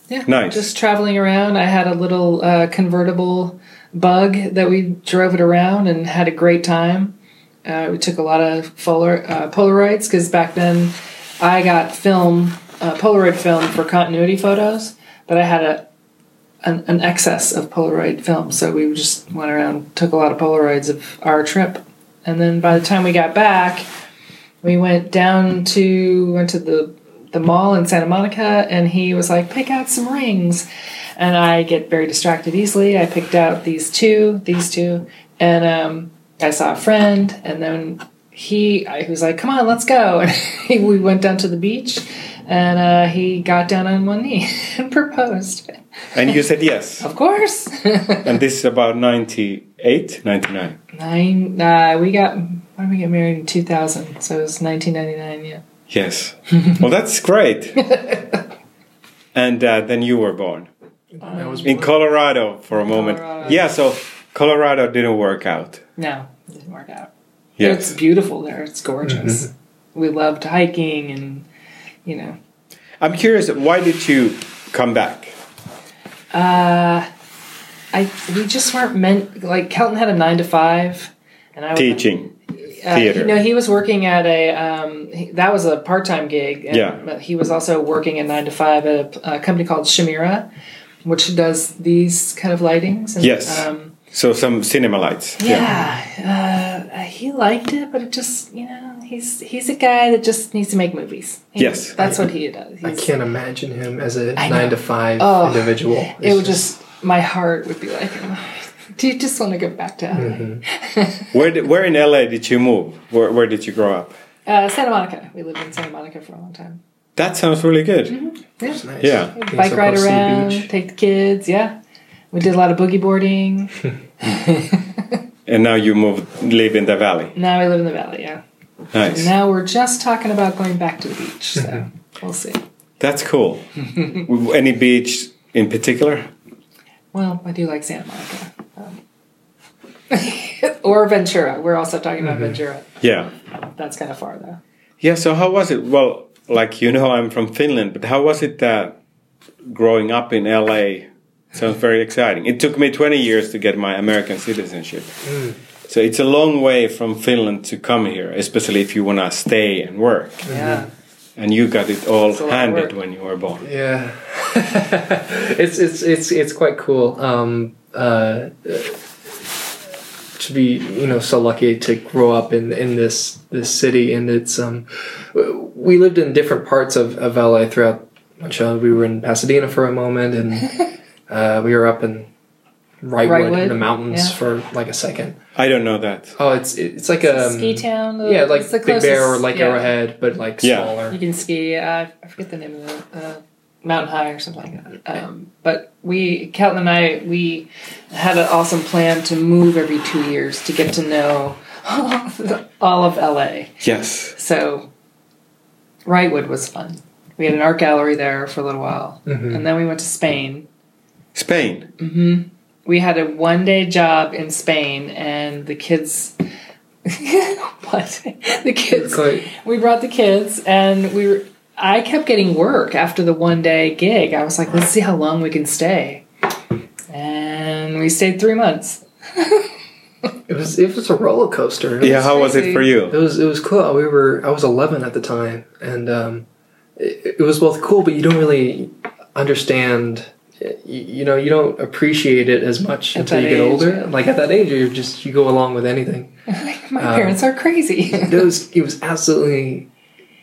[SPEAKER 2] Yeah.
[SPEAKER 1] Nice.
[SPEAKER 2] Just traveling around. I had a little uh, convertible bug that we drove it around and had a great time. Uh, we took a lot of polar, uh, Polaroids because back then I got film, uh, Polaroid film for continuity photos, but I had a an, an excess of Polaroid film. So we just went around, took a lot of Polaroids of our trip. And then by the time we got back, we went down to went to the the mall in Santa Monica, and he was like, "Pick out some rings," and I get very distracted easily. I picked out these two, these two, and um, I saw a friend, and then he I, he was like, "Come on, let's go." And he, we went down to the beach, and uh, he got down on one knee and proposed.
[SPEAKER 1] And you said yes.
[SPEAKER 2] Of course,
[SPEAKER 1] And this is about 98, 99.
[SPEAKER 2] nine. Uh, we got when did we get married in two thousand, so it was nineteen ninety nine. Yeah.
[SPEAKER 1] Yes. well, that's great. and uh, then you were born.
[SPEAKER 3] I was
[SPEAKER 1] In Colorado for a moment.
[SPEAKER 2] Colorado.
[SPEAKER 1] Yeah, so Colorado didn't work out.
[SPEAKER 2] No, it didn't work out. It's
[SPEAKER 1] Yes.
[SPEAKER 2] beautiful there. It's gorgeous.
[SPEAKER 1] Mm-hmm.
[SPEAKER 2] We loved hiking and, you know,
[SPEAKER 1] I'm curious, why did you come back?
[SPEAKER 2] uh, I we just weren't meant. Like Kelton had a nine to five, and I was
[SPEAKER 1] Teaching.
[SPEAKER 2] uh,
[SPEAKER 1] theater.
[SPEAKER 2] You know, he was working at a um, he- that was a part time gig. And,
[SPEAKER 1] Yeah.
[SPEAKER 2] But he was also working a nine to five at a, a company called Shamira, which does these kind of lightings. And,
[SPEAKER 1] Yes.
[SPEAKER 2] Um,
[SPEAKER 1] So some cinema lights.
[SPEAKER 2] Yeah, Uh, he liked it, but it just you know he's he's a guy that just needs to make movies. He-
[SPEAKER 1] Yes.
[SPEAKER 2] that's what he does.
[SPEAKER 3] I
[SPEAKER 2] He's-
[SPEAKER 3] can't imagine him as a
[SPEAKER 2] know.
[SPEAKER 3] nine to five
[SPEAKER 2] Oh,
[SPEAKER 3] individual.
[SPEAKER 2] It would just my heart would be like, do you just want to go back to LA?
[SPEAKER 3] Mm-hmm.
[SPEAKER 1] Where, did, where in LA did you move? Where, where did you grow up?
[SPEAKER 2] uh, Santa Monica? We lived in Santa Monica for a long time.
[SPEAKER 1] That sounds really good.
[SPEAKER 2] Mm-hmm. Yeah,
[SPEAKER 3] It's nice.
[SPEAKER 1] Yeah.
[SPEAKER 3] Being
[SPEAKER 2] bike
[SPEAKER 3] so
[SPEAKER 2] ride
[SPEAKER 3] close to the
[SPEAKER 2] around,
[SPEAKER 3] beach.
[SPEAKER 2] take the kids. Yeah, we did a lot of boogie boarding.
[SPEAKER 1] And now you move, live in the valley.
[SPEAKER 2] now we live in the valley. Yeah,
[SPEAKER 1] Nice.
[SPEAKER 2] now we're just talking about going back to the beach. So
[SPEAKER 3] Mm-hmm.
[SPEAKER 2] we'll see.
[SPEAKER 1] That's cool. W- Any beach in particular?
[SPEAKER 2] Well, I do like Santa Monica. Um, or Ventura. We're also talking
[SPEAKER 3] Mm-hmm.
[SPEAKER 2] about Ventura.
[SPEAKER 1] Yeah.
[SPEAKER 2] That's kind of far, though.
[SPEAKER 1] Yeah, so how was it? Well, like you know, I'm from Finland, but how was it that growing up in LA sounds very exciting? It took me 20 years to get my American citizenship.
[SPEAKER 2] Mm.
[SPEAKER 1] So it's a long way from Finland to come here, especially if you want to stay and work.
[SPEAKER 3] Mm-hmm.
[SPEAKER 2] Yeah.
[SPEAKER 1] And you got it all
[SPEAKER 2] It's a lot of
[SPEAKER 1] handed
[SPEAKER 2] work.
[SPEAKER 1] when you were born.
[SPEAKER 3] Yeah, it's it's it's it's quite cool. Um, uh, to be you know so lucky to grow up in in this this city, and it's um, w- we lived in different parts of of LA throughout my childhood. We were in Pasadena for a moment, and uh, we were up in Wrightwood, in
[SPEAKER 2] Wrightwood,
[SPEAKER 3] the mountains
[SPEAKER 2] yeah.
[SPEAKER 3] for like a second.
[SPEAKER 1] I don't know that.
[SPEAKER 3] Oh, it's it's like a
[SPEAKER 2] ski town. uh,
[SPEAKER 3] um, yeah, like
[SPEAKER 2] it's the
[SPEAKER 3] Big Bear or
[SPEAKER 2] closest-
[SPEAKER 3] like
[SPEAKER 2] yeah.
[SPEAKER 3] Arrowhead, but like
[SPEAKER 1] Yeah.
[SPEAKER 3] smaller.
[SPEAKER 2] You can ski. Uh, I forget the name of the uh, Mountain High or something like that. Um, but we, Kelton and I, we had an awesome plan to move every two years to get to know all of LA.
[SPEAKER 1] Yes.
[SPEAKER 2] So Wrightwood was fun. We had an art gallery there for a little while, and then we went to Spain.
[SPEAKER 1] Spain.
[SPEAKER 2] We had a one day job in Spain, and the kids. what the kids?
[SPEAKER 3] It's like-
[SPEAKER 2] we brought the kids and we were i kept getting work after the one day gig i was like let's see how long we can stay and we stayed three months
[SPEAKER 3] It was it was a roller coaster. It
[SPEAKER 1] Yeah,
[SPEAKER 3] was-
[SPEAKER 1] how was it for
[SPEAKER 3] It
[SPEAKER 1] you?
[SPEAKER 3] was it was cool. We were I was 11 at the time, and um, it, it was both cool, but you don't really understand. y- You know, you don't appreciate it as much
[SPEAKER 2] At
[SPEAKER 3] until
[SPEAKER 2] that
[SPEAKER 3] you get
[SPEAKER 2] age,
[SPEAKER 3] older.
[SPEAKER 2] yeah.
[SPEAKER 3] Like at that age, you just you go along with anything.
[SPEAKER 2] my
[SPEAKER 3] Uh,
[SPEAKER 2] parents are crazy
[SPEAKER 3] It was it was absolutely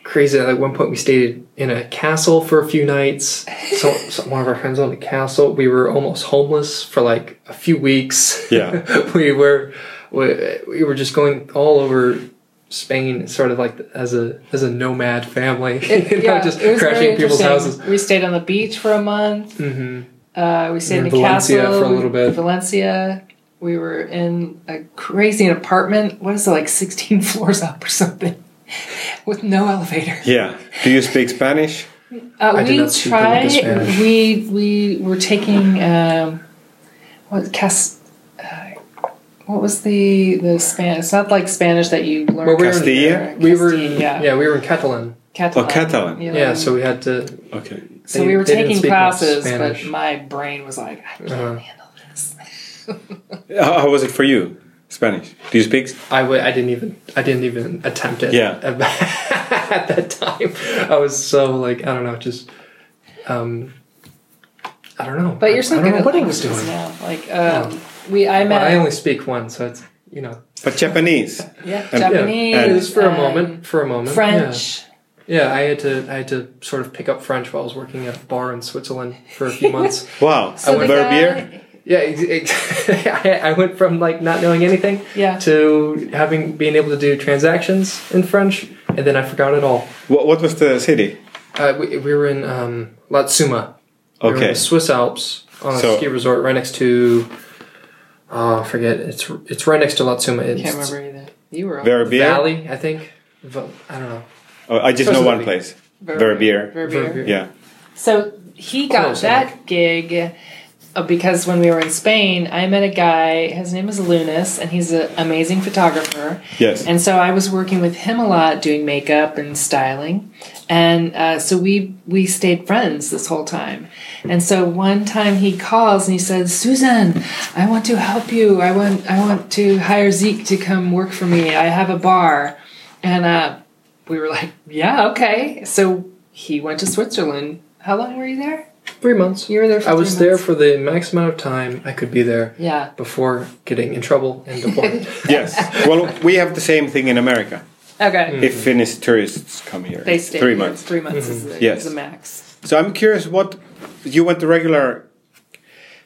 [SPEAKER 3] crazy. At one point, we stayed in a castle for a few nights. So, so one of our friends owned a castle. We were almost homeless for like a few weeks.
[SPEAKER 1] Yeah.
[SPEAKER 3] we were we, we were just going all over Spain, sort of like as a as a nomad family, you know, just
[SPEAKER 2] it was very
[SPEAKER 3] crashing people's
[SPEAKER 2] interesting.
[SPEAKER 3] houses.
[SPEAKER 2] we stayed on the beach for a month
[SPEAKER 3] hmm
[SPEAKER 2] uh, we stayed in
[SPEAKER 3] In
[SPEAKER 2] a
[SPEAKER 3] Valencia
[SPEAKER 2] castle
[SPEAKER 3] for a little bit.
[SPEAKER 2] valencia we were in a crazy apartment what is it like 16 floors up or something with no elevator
[SPEAKER 1] Yeah. Do you speak Spanish?
[SPEAKER 2] Uh,
[SPEAKER 3] I did
[SPEAKER 2] we
[SPEAKER 3] not speak a lick of
[SPEAKER 2] tried.
[SPEAKER 3] Spanish.
[SPEAKER 2] We we were taking um, what cas- uh, What was the the Spanish? It's not like Spanish that you learn.
[SPEAKER 3] Well, we were-
[SPEAKER 1] Castilla?
[SPEAKER 3] We were
[SPEAKER 2] Castilla,
[SPEAKER 3] yeah.
[SPEAKER 2] yeah. Um,
[SPEAKER 3] we were in Catalan.
[SPEAKER 2] Catalan.
[SPEAKER 1] Oh, Catalan.
[SPEAKER 2] You
[SPEAKER 3] Yeah,
[SPEAKER 2] learn-
[SPEAKER 3] so we had to.
[SPEAKER 1] Okay.
[SPEAKER 2] so
[SPEAKER 3] they-
[SPEAKER 2] we were
[SPEAKER 3] they didn't
[SPEAKER 2] taking
[SPEAKER 3] speak much
[SPEAKER 2] classes, but
[SPEAKER 3] Spanish.
[SPEAKER 2] my brain was like, I can't
[SPEAKER 3] Uh-huh.
[SPEAKER 2] handle this.
[SPEAKER 1] How, how was it for you? Spanish. Do you speak?
[SPEAKER 3] I w- I didn't even I didn't even attempt it.
[SPEAKER 1] Yeah.
[SPEAKER 3] at, at that time, I was so like I don't know, just um, I don't know.
[SPEAKER 2] But
[SPEAKER 3] I-
[SPEAKER 2] you're so
[SPEAKER 3] I don't
[SPEAKER 2] good
[SPEAKER 3] know
[SPEAKER 2] at
[SPEAKER 3] what I was
[SPEAKER 2] languages
[SPEAKER 3] doing.
[SPEAKER 2] now. Like um, we, I
[SPEAKER 3] But
[SPEAKER 2] met
[SPEAKER 3] I only speak one, so it's you know
[SPEAKER 1] But Japanese.
[SPEAKER 2] yeah,
[SPEAKER 1] and-
[SPEAKER 2] Japanese
[SPEAKER 3] Yeah, it was for a
[SPEAKER 2] um,
[SPEAKER 3] moment. For a moment, yeah.
[SPEAKER 2] French.
[SPEAKER 3] Yeah, I had to I had to sort of pick up French while I was working at a bar in Switzerland for a few months.
[SPEAKER 1] Wow.
[SPEAKER 2] So the
[SPEAKER 1] Verbier?
[SPEAKER 2] guy-
[SPEAKER 3] yeah, ex- ex- I, I went from like not knowing anything
[SPEAKER 2] Yeah.
[SPEAKER 3] to having being able to do transactions in French, and then I forgot it all.
[SPEAKER 1] What, what was the city?
[SPEAKER 3] Uh, we, we were in um, Latsuma, we were in
[SPEAKER 1] Okay.
[SPEAKER 3] the Swiss Alps on a
[SPEAKER 1] So-
[SPEAKER 3] ski resort right next to. Oh, I forget it's it's right next to Latsuma. It's
[SPEAKER 2] Can't remember either. You were on
[SPEAKER 1] Verbier?
[SPEAKER 3] Valley, I think. Va- I don't know.
[SPEAKER 1] Oh, I just
[SPEAKER 3] Close
[SPEAKER 1] know
[SPEAKER 3] to
[SPEAKER 1] one
[SPEAKER 3] the-
[SPEAKER 1] place. Verbier.
[SPEAKER 2] Verbier.
[SPEAKER 3] Verbier.
[SPEAKER 1] Yeah.
[SPEAKER 2] So he got
[SPEAKER 3] Close, I
[SPEAKER 2] that gig uh, because when we were in Spain, I met a guy. His name is Lunas, and he's an amazing photographer.
[SPEAKER 1] Yes.
[SPEAKER 2] And so I was working with him a lot, doing makeup and styling, and uh, so we we stayed friends this whole time. And so one time he calls and he says, "Susan, I want to help you. I want I want to hire Zeke to come work for me. I have a bar." And uh, we were like, "Yeah, okay." So he went to Switzerland. How long were you there?
[SPEAKER 3] Three months.
[SPEAKER 2] You were there. For
[SPEAKER 3] I
[SPEAKER 2] three
[SPEAKER 3] was there
[SPEAKER 2] months.
[SPEAKER 3] for the max amount of time I could be there
[SPEAKER 2] Yeah.
[SPEAKER 3] before getting in trouble and deported.
[SPEAKER 1] Yes. Well, we have the same thing in America.
[SPEAKER 2] Okay.
[SPEAKER 1] If Finnish tourists come here,
[SPEAKER 2] Mm-hmm. They stayed
[SPEAKER 1] Mm. three
[SPEAKER 2] here.
[SPEAKER 1] months. Mm-hmm.
[SPEAKER 2] Three months is, the,
[SPEAKER 1] Yes.
[SPEAKER 2] is the max.
[SPEAKER 1] So I'm curious what you went to regular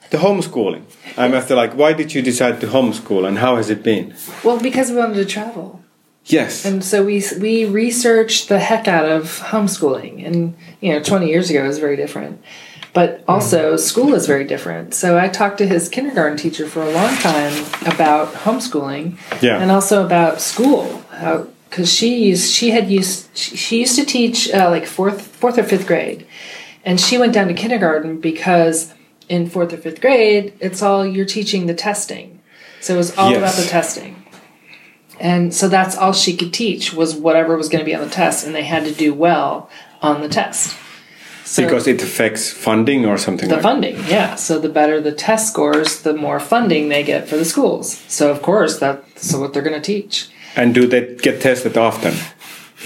[SPEAKER 1] the homeschooling. I'm after like why did you decide to homeschool and how has it been?
[SPEAKER 2] Well, because we wanted to travel.
[SPEAKER 1] Yes.
[SPEAKER 2] And so we we researched the heck out of homeschooling, and you know, twenty years ago it was very different, but
[SPEAKER 1] Mm-hmm.
[SPEAKER 2] also school is very different. So I talked to his kindergarten teacher for a long time about homeschooling,
[SPEAKER 1] Yeah.
[SPEAKER 2] and also about school, because she used she had used she, she used to teach uh, like fourth fourth or fifth grade, and she went down to kindergarten because in fourth or fifth grade it's all you're teaching the testing, so it was all
[SPEAKER 1] Yes.
[SPEAKER 2] about the testing. And so that's all she could teach was whatever was going to be on the test, and they had to do well on the test. So
[SPEAKER 1] because it affects funding or something
[SPEAKER 2] the
[SPEAKER 1] like
[SPEAKER 2] funding, yeah. So the better the test scores, the more funding they get for the schools. So of course that's what they're going to teach.
[SPEAKER 1] And do they get tested often?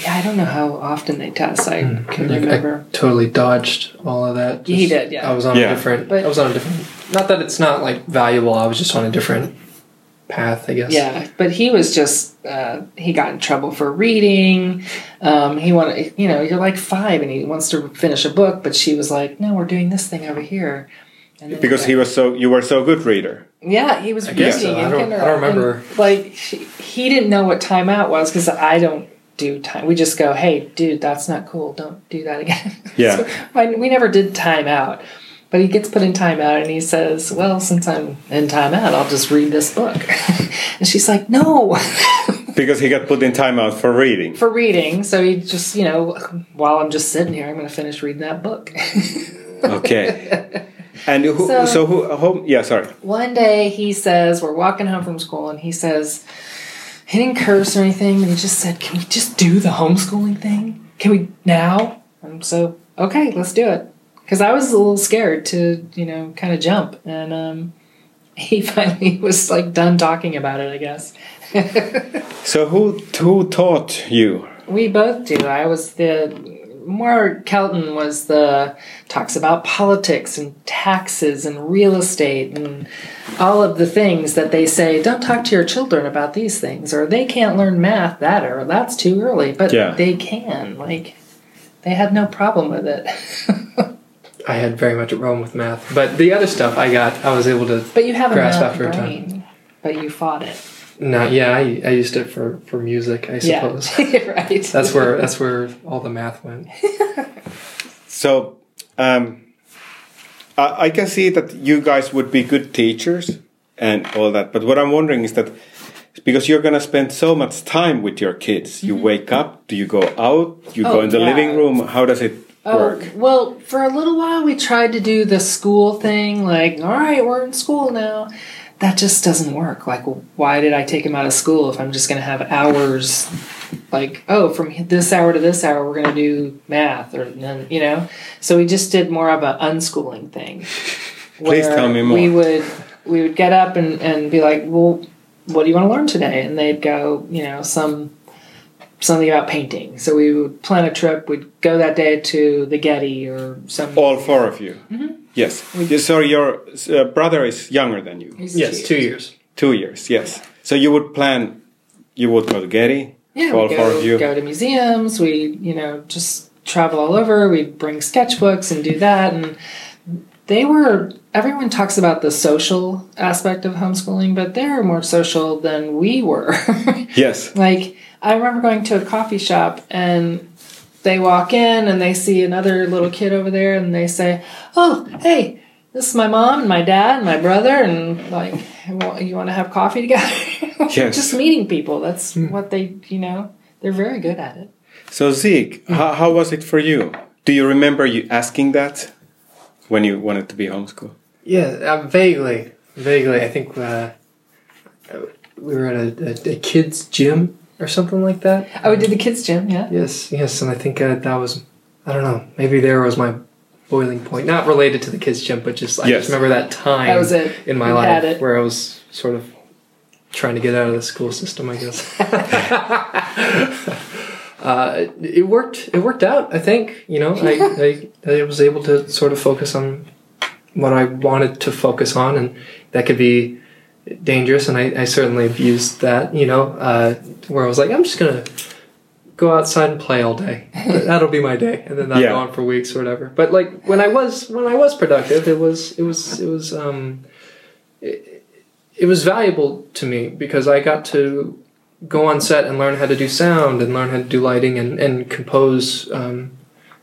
[SPEAKER 2] Yeah, I don't know how often they test. I can
[SPEAKER 3] I-
[SPEAKER 2] remember.
[SPEAKER 3] I totally dodged all of that.
[SPEAKER 2] He did, yeah.
[SPEAKER 3] I was on
[SPEAKER 1] Yeah.
[SPEAKER 3] a different.
[SPEAKER 2] But-
[SPEAKER 3] I was on a different. Not that it's not like valuable. I was just on a different path, I guess.
[SPEAKER 2] Yeah, but he was just uh, he got in trouble for reading. Um, he wanted, you know, you're like five and he wants to finish a book, but she was like, "No, we're doing this thing over here." And then-
[SPEAKER 1] Because he was so you were so good reader.
[SPEAKER 2] Yeah, he was reading
[SPEAKER 3] guess so.
[SPEAKER 2] in
[SPEAKER 3] I don't- I don't
[SPEAKER 2] kindergarten.
[SPEAKER 3] remember.
[SPEAKER 2] And, like she, he didn't know what timeout was because I don't. do time. We just go, hey, dude, that's not cool. Don't do that again.
[SPEAKER 1] Yeah.
[SPEAKER 2] so, when- we never did time out. But he gets put in timeout and he says, Well, since I'm in timeout, I'll just read this book. and she's like, No,
[SPEAKER 1] Because he got put in timeout for reading.
[SPEAKER 2] for reading. So he just, you know, while I'm just sitting here, I'm going to finish reading that book.
[SPEAKER 1] Okay. And who, so,
[SPEAKER 2] So-
[SPEAKER 1] who, home, yeah, sorry.
[SPEAKER 2] One day he says, We're walking home from school, and he says, He didn't curse or anything, but he just said, Can we just do the homeschooling thing? Can we now? And so, okay, let's do it. Because I was a little scared to, you know, kind of jump. And um, he finally was like done talking about it, I guess.
[SPEAKER 1] So who, who taught you?
[SPEAKER 2] We both do. I was the Mark Kelton was the talks about politics and taxes and real estate and all of the things that they say don't talk to your children about these things or they can't learn math that or that's too early but
[SPEAKER 1] Yeah.
[SPEAKER 2] they can like they had no problem with it
[SPEAKER 3] I had very much a problem with math, but the other stuff I got, I was able to.
[SPEAKER 2] but you have a
[SPEAKER 3] Grasp
[SPEAKER 2] math
[SPEAKER 3] after a time.
[SPEAKER 2] brain but you fought it
[SPEAKER 3] Not yeah, I, I used it for for music, I suppose.
[SPEAKER 2] yeah right
[SPEAKER 3] That's where that's where all the math went.
[SPEAKER 1] So um, I, I can see that you guys would be good teachers and all that. But what I'm wondering is that because you're going to spend so much time with your kids, you wake up, do you go out, you go
[SPEAKER 2] Mm-hmm. Oh,
[SPEAKER 1] in the
[SPEAKER 2] yeah. Oh.
[SPEAKER 1] living room? How does it work?
[SPEAKER 2] well, for a little while we tried to do the school thing, like, all right, we're in school now. That just doesn't work. Like, why did I take him out of school if I'm just going to have hours? Like, oh, from this hour to this hour, we're going to do math, or none- you know. So we just did more of an unschooling thing.
[SPEAKER 1] Please
[SPEAKER 2] where
[SPEAKER 1] tell me more.
[SPEAKER 2] We would we would get up and and be like, well, what do you want to learn today? And they'd go, you know, some something about painting. So we would plan a trip. We'd go that day to the Getty or some.
[SPEAKER 1] All four of you.
[SPEAKER 2] Mm-hmm.
[SPEAKER 1] Yes. You- Sorry, your uh, brother is younger than you.
[SPEAKER 3] Yes, two years.
[SPEAKER 1] Two years, yes. So you would plan, you would go to Getty,
[SPEAKER 2] Yeah,
[SPEAKER 1] all
[SPEAKER 2] we
[SPEAKER 1] four
[SPEAKER 2] go,
[SPEAKER 1] of you.
[SPEAKER 2] go to museums. We, you know, just travel all over. We bring sketchbooks and do that. And they were, everyone talks about the social aspect of homeschooling, but they're more social than we were.
[SPEAKER 1] Yes.
[SPEAKER 2] Like I remember going to a coffee shop and they walk in and they see another little kid over there and they say, "Oh, hey, this is my mom and my dad and my brother and like wa- you want to have coffee together?"
[SPEAKER 1] Yes. Hmm.
[SPEAKER 2] Just meeting people. That's what they, you know, they're very good at it.
[SPEAKER 1] So Zeke,
[SPEAKER 3] Hmm.
[SPEAKER 1] how, how was it for you? Do you remember you asking that when you wanted to be homeschooled?
[SPEAKER 3] Yeah, uh, vaguely, vaguely. I think uh, we were at a, a, a kids gym or something like that.
[SPEAKER 2] Oh, we did the kids gym, yeah.
[SPEAKER 3] Yes, yes, and I think uh, that was I don't know. Maybe there was my boiling point, not related to the kids gym, but just I
[SPEAKER 1] Yes.
[SPEAKER 3] just remember that time
[SPEAKER 2] That was it.
[SPEAKER 3] in my
[SPEAKER 2] You
[SPEAKER 3] life
[SPEAKER 2] had it.
[SPEAKER 3] where I was sort of trying to get out of the school system. I guess. Uh, it- it worked. It worked out. I think you know. I, I I was able to sort of focus on what I wanted to focus on, and that could be dangerous. And I, I certainly abused that. You know, uh, where I was like, I'm just gonna go outside and play all day. That'll be my day, and then that'll
[SPEAKER 1] Yeah.
[SPEAKER 3] go on for weeks or whatever. But like when I was when I was productive, it was it was it was um, it, it was valuable to me because I got to go on set and learn how to do sound and learn how to do lighting and, and compose um,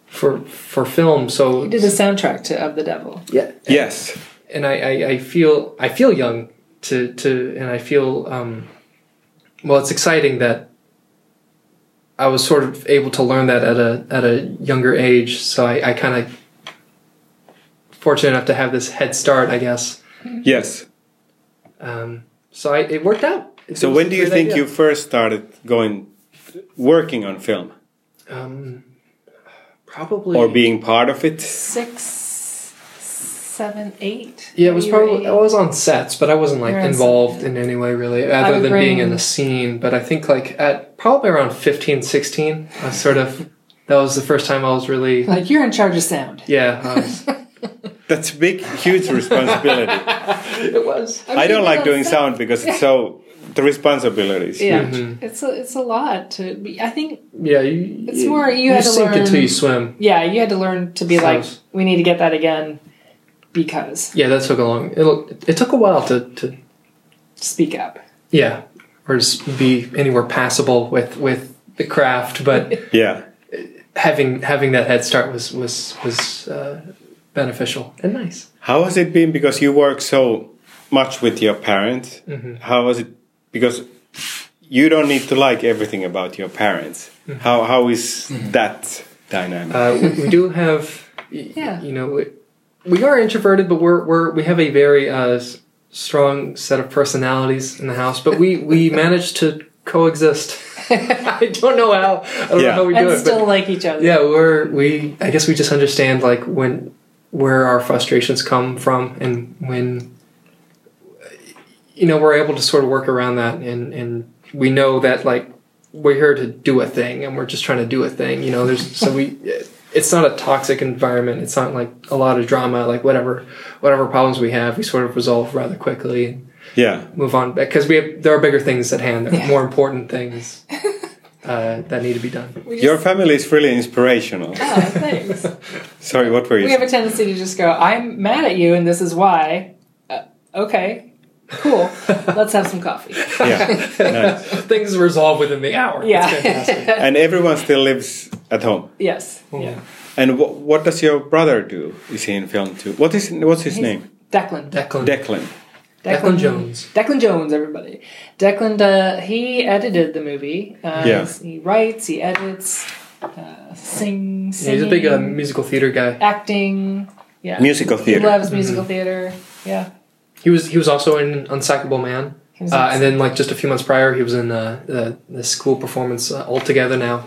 [SPEAKER 3] for for film. So
[SPEAKER 2] We did a soundtrack to Of the Devil.
[SPEAKER 3] yeah,
[SPEAKER 1] Yes.
[SPEAKER 3] and I, I, I feel I feel young to to and I feel um, well. It's exciting that I was sort of able to learn that at a at a younger age. So I, I kind of fortunate enough to have this head start, I guess.
[SPEAKER 1] Yes.
[SPEAKER 3] Um, so I, it worked out. It
[SPEAKER 1] So
[SPEAKER 3] was
[SPEAKER 1] when
[SPEAKER 3] a
[SPEAKER 1] do you
[SPEAKER 3] great
[SPEAKER 1] think
[SPEAKER 3] idea.
[SPEAKER 1] you first started going working on film
[SPEAKER 3] um, probably
[SPEAKER 1] or being part of it?
[SPEAKER 2] Six, seven, eight.
[SPEAKER 3] Yeah, it was
[SPEAKER 2] You were
[SPEAKER 3] probably
[SPEAKER 2] eight.
[SPEAKER 3] I was on sets, but I wasn't like
[SPEAKER 2] You're on set,
[SPEAKER 3] involved in any way really,
[SPEAKER 2] I
[SPEAKER 3] other
[SPEAKER 2] would
[SPEAKER 3] than being in
[SPEAKER 2] bring-
[SPEAKER 3] the scene. But I think like at probably around 15, 16, I sort of that was the first time I was really
[SPEAKER 2] oh, like you're in charge of sound.
[SPEAKER 3] yeah. I was,
[SPEAKER 1] That's a big, huge responsibility.
[SPEAKER 3] it was.
[SPEAKER 1] I don't like doing
[SPEAKER 2] sound.
[SPEAKER 1] sound Mm-hmm. because it's so the responsibility is
[SPEAKER 2] Yeah,
[SPEAKER 1] huge.
[SPEAKER 2] it's a it's a lot to be. I think
[SPEAKER 3] Yeah, you,
[SPEAKER 2] It's
[SPEAKER 3] you-
[SPEAKER 2] more- you
[SPEAKER 3] you
[SPEAKER 2] had to
[SPEAKER 3] sink
[SPEAKER 2] learn-
[SPEAKER 3] until you swim.
[SPEAKER 2] yeah, you had to learn to be like,
[SPEAKER 3] Sounds-
[SPEAKER 2] we need to get that again because
[SPEAKER 3] Yeah, that took a long. It it took a while to to
[SPEAKER 2] speak up.
[SPEAKER 3] yeah, or just be anywhere passable with with the craft, but
[SPEAKER 1] Yeah.
[SPEAKER 3] having having that head start was was was uh, beneficial and nice.
[SPEAKER 1] How has it been? Because you work so much with your parents.
[SPEAKER 2] Mm-hmm.
[SPEAKER 1] How was it? Because you don't need to like everything about your parents.
[SPEAKER 2] Mm-hmm.
[SPEAKER 1] How how is that dynamic?
[SPEAKER 3] Uh, we, we do have, y-
[SPEAKER 2] Yeah.
[SPEAKER 3] you know, we, we are introverted, but we're we're we have a very uh, s- strong set of personalities in the house. But we we manage to coexist. I don't know how. I don't know
[SPEAKER 1] Yeah.
[SPEAKER 3] how we do
[SPEAKER 4] and
[SPEAKER 3] it.
[SPEAKER 4] still
[SPEAKER 3] But
[SPEAKER 4] like each other.
[SPEAKER 3] yeah, we're we. I guess we just understand like when where our frustrations come from and when you know we're able to sort of work around that and and we know that like we're here to do a thing and we're just trying to do a thing you know there's so we it's not a toxic environment it's not like a lot of drama like whatever whatever problems we have we sort of resolve rather quickly and
[SPEAKER 1] yeah.
[SPEAKER 3] move on because we have there are bigger things at hand there are
[SPEAKER 4] Yeah.
[SPEAKER 3] more important things uh, that need to be done
[SPEAKER 4] We just,
[SPEAKER 1] Your family is really inspirational.
[SPEAKER 4] oh, thanks.
[SPEAKER 1] Sorry, what were you?
[SPEAKER 2] We have a tendency to just go, I'm mad at you and this is why. Uh, okay, cool. Let's have some coffee.
[SPEAKER 1] yeah. Nice.
[SPEAKER 3] things resolve within the hour
[SPEAKER 2] Yeah.
[SPEAKER 3] it's fantastic
[SPEAKER 1] And everyone still lives at home.
[SPEAKER 2] Yes.
[SPEAKER 3] yeah.
[SPEAKER 1] And wh- what does your brother do? Is he in film too? What is what's his
[SPEAKER 2] He's-
[SPEAKER 1] name?
[SPEAKER 2] Declan.
[SPEAKER 3] Declan.
[SPEAKER 1] Declan.
[SPEAKER 3] Declan Jones.
[SPEAKER 2] Declan Jones, everybody. Declan, uh, he edited the movie. Uh,
[SPEAKER 1] Yeah.
[SPEAKER 2] He writes, he edits, uh, sings,
[SPEAKER 3] Yeah, he's a big uh,
[SPEAKER 2] singing,
[SPEAKER 3] musical theater guy
[SPEAKER 2] acting. Yeah.
[SPEAKER 1] Musical
[SPEAKER 2] He
[SPEAKER 1] theater.
[SPEAKER 3] Mm-hmm.
[SPEAKER 2] loves musical theater. Yeah.
[SPEAKER 3] he was he was also in unsackable man
[SPEAKER 2] He was
[SPEAKER 3] Uh,
[SPEAKER 2] in-
[SPEAKER 3] and then, like just a few months prior, he was in uh, the the school performance uh, altogether now.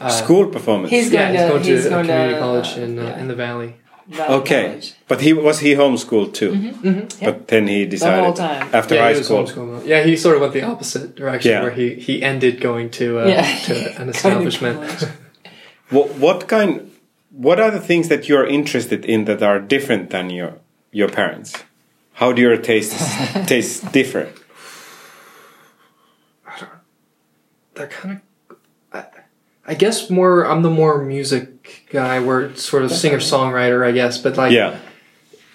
[SPEAKER 3] Uh,
[SPEAKER 1] School performance.
[SPEAKER 2] he's
[SPEAKER 3] yeah,
[SPEAKER 2] going
[SPEAKER 3] he's
[SPEAKER 2] to
[SPEAKER 3] going to
[SPEAKER 2] he's
[SPEAKER 3] a
[SPEAKER 2] going
[SPEAKER 3] community
[SPEAKER 2] to,
[SPEAKER 3] college
[SPEAKER 2] uh,
[SPEAKER 3] in uh,
[SPEAKER 2] yeah,
[SPEAKER 3] in the valley.
[SPEAKER 2] Valley
[SPEAKER 1] okay.
[SPEAKER 2] College.
[SPEAKER 1] But he was he homeschooled too.
[SPEAKER 3] Mm-hmm.
[SPEAKER 2] yeah.
[SPEAKER 1] But then he decided
[SPEAKER 2] time.
[SPEAKER 1] after
[SPEAKER 3] yeah,
[SPEAKER 1] high
[SPEAKER 3] he was
[SPEAKER 1] school.
[SPEAKER 3] homeschooled. Yeah, he sort of went the opposite direction,
[SPEAKER 1] Yeah.
[SPEAKER 3] where he he ended going to uh,
[SPEAKER 2] Yeah.
[SPEAKER 3] to an
[SPEAKER 2] Community
[SPEAKER 3] establishment.
[SPEAKER 2] college.
[SPEAKER 1] What, what kind? What are the things that you are interested in that are different than your your parents? How do your tastes tastes differ?
[SPEAKER 3] They're kind of, I, I guess, more. I'm the more music guy. We're sort of singer songwriter, I guess. But like,
[SPEAKER 1] Yeah,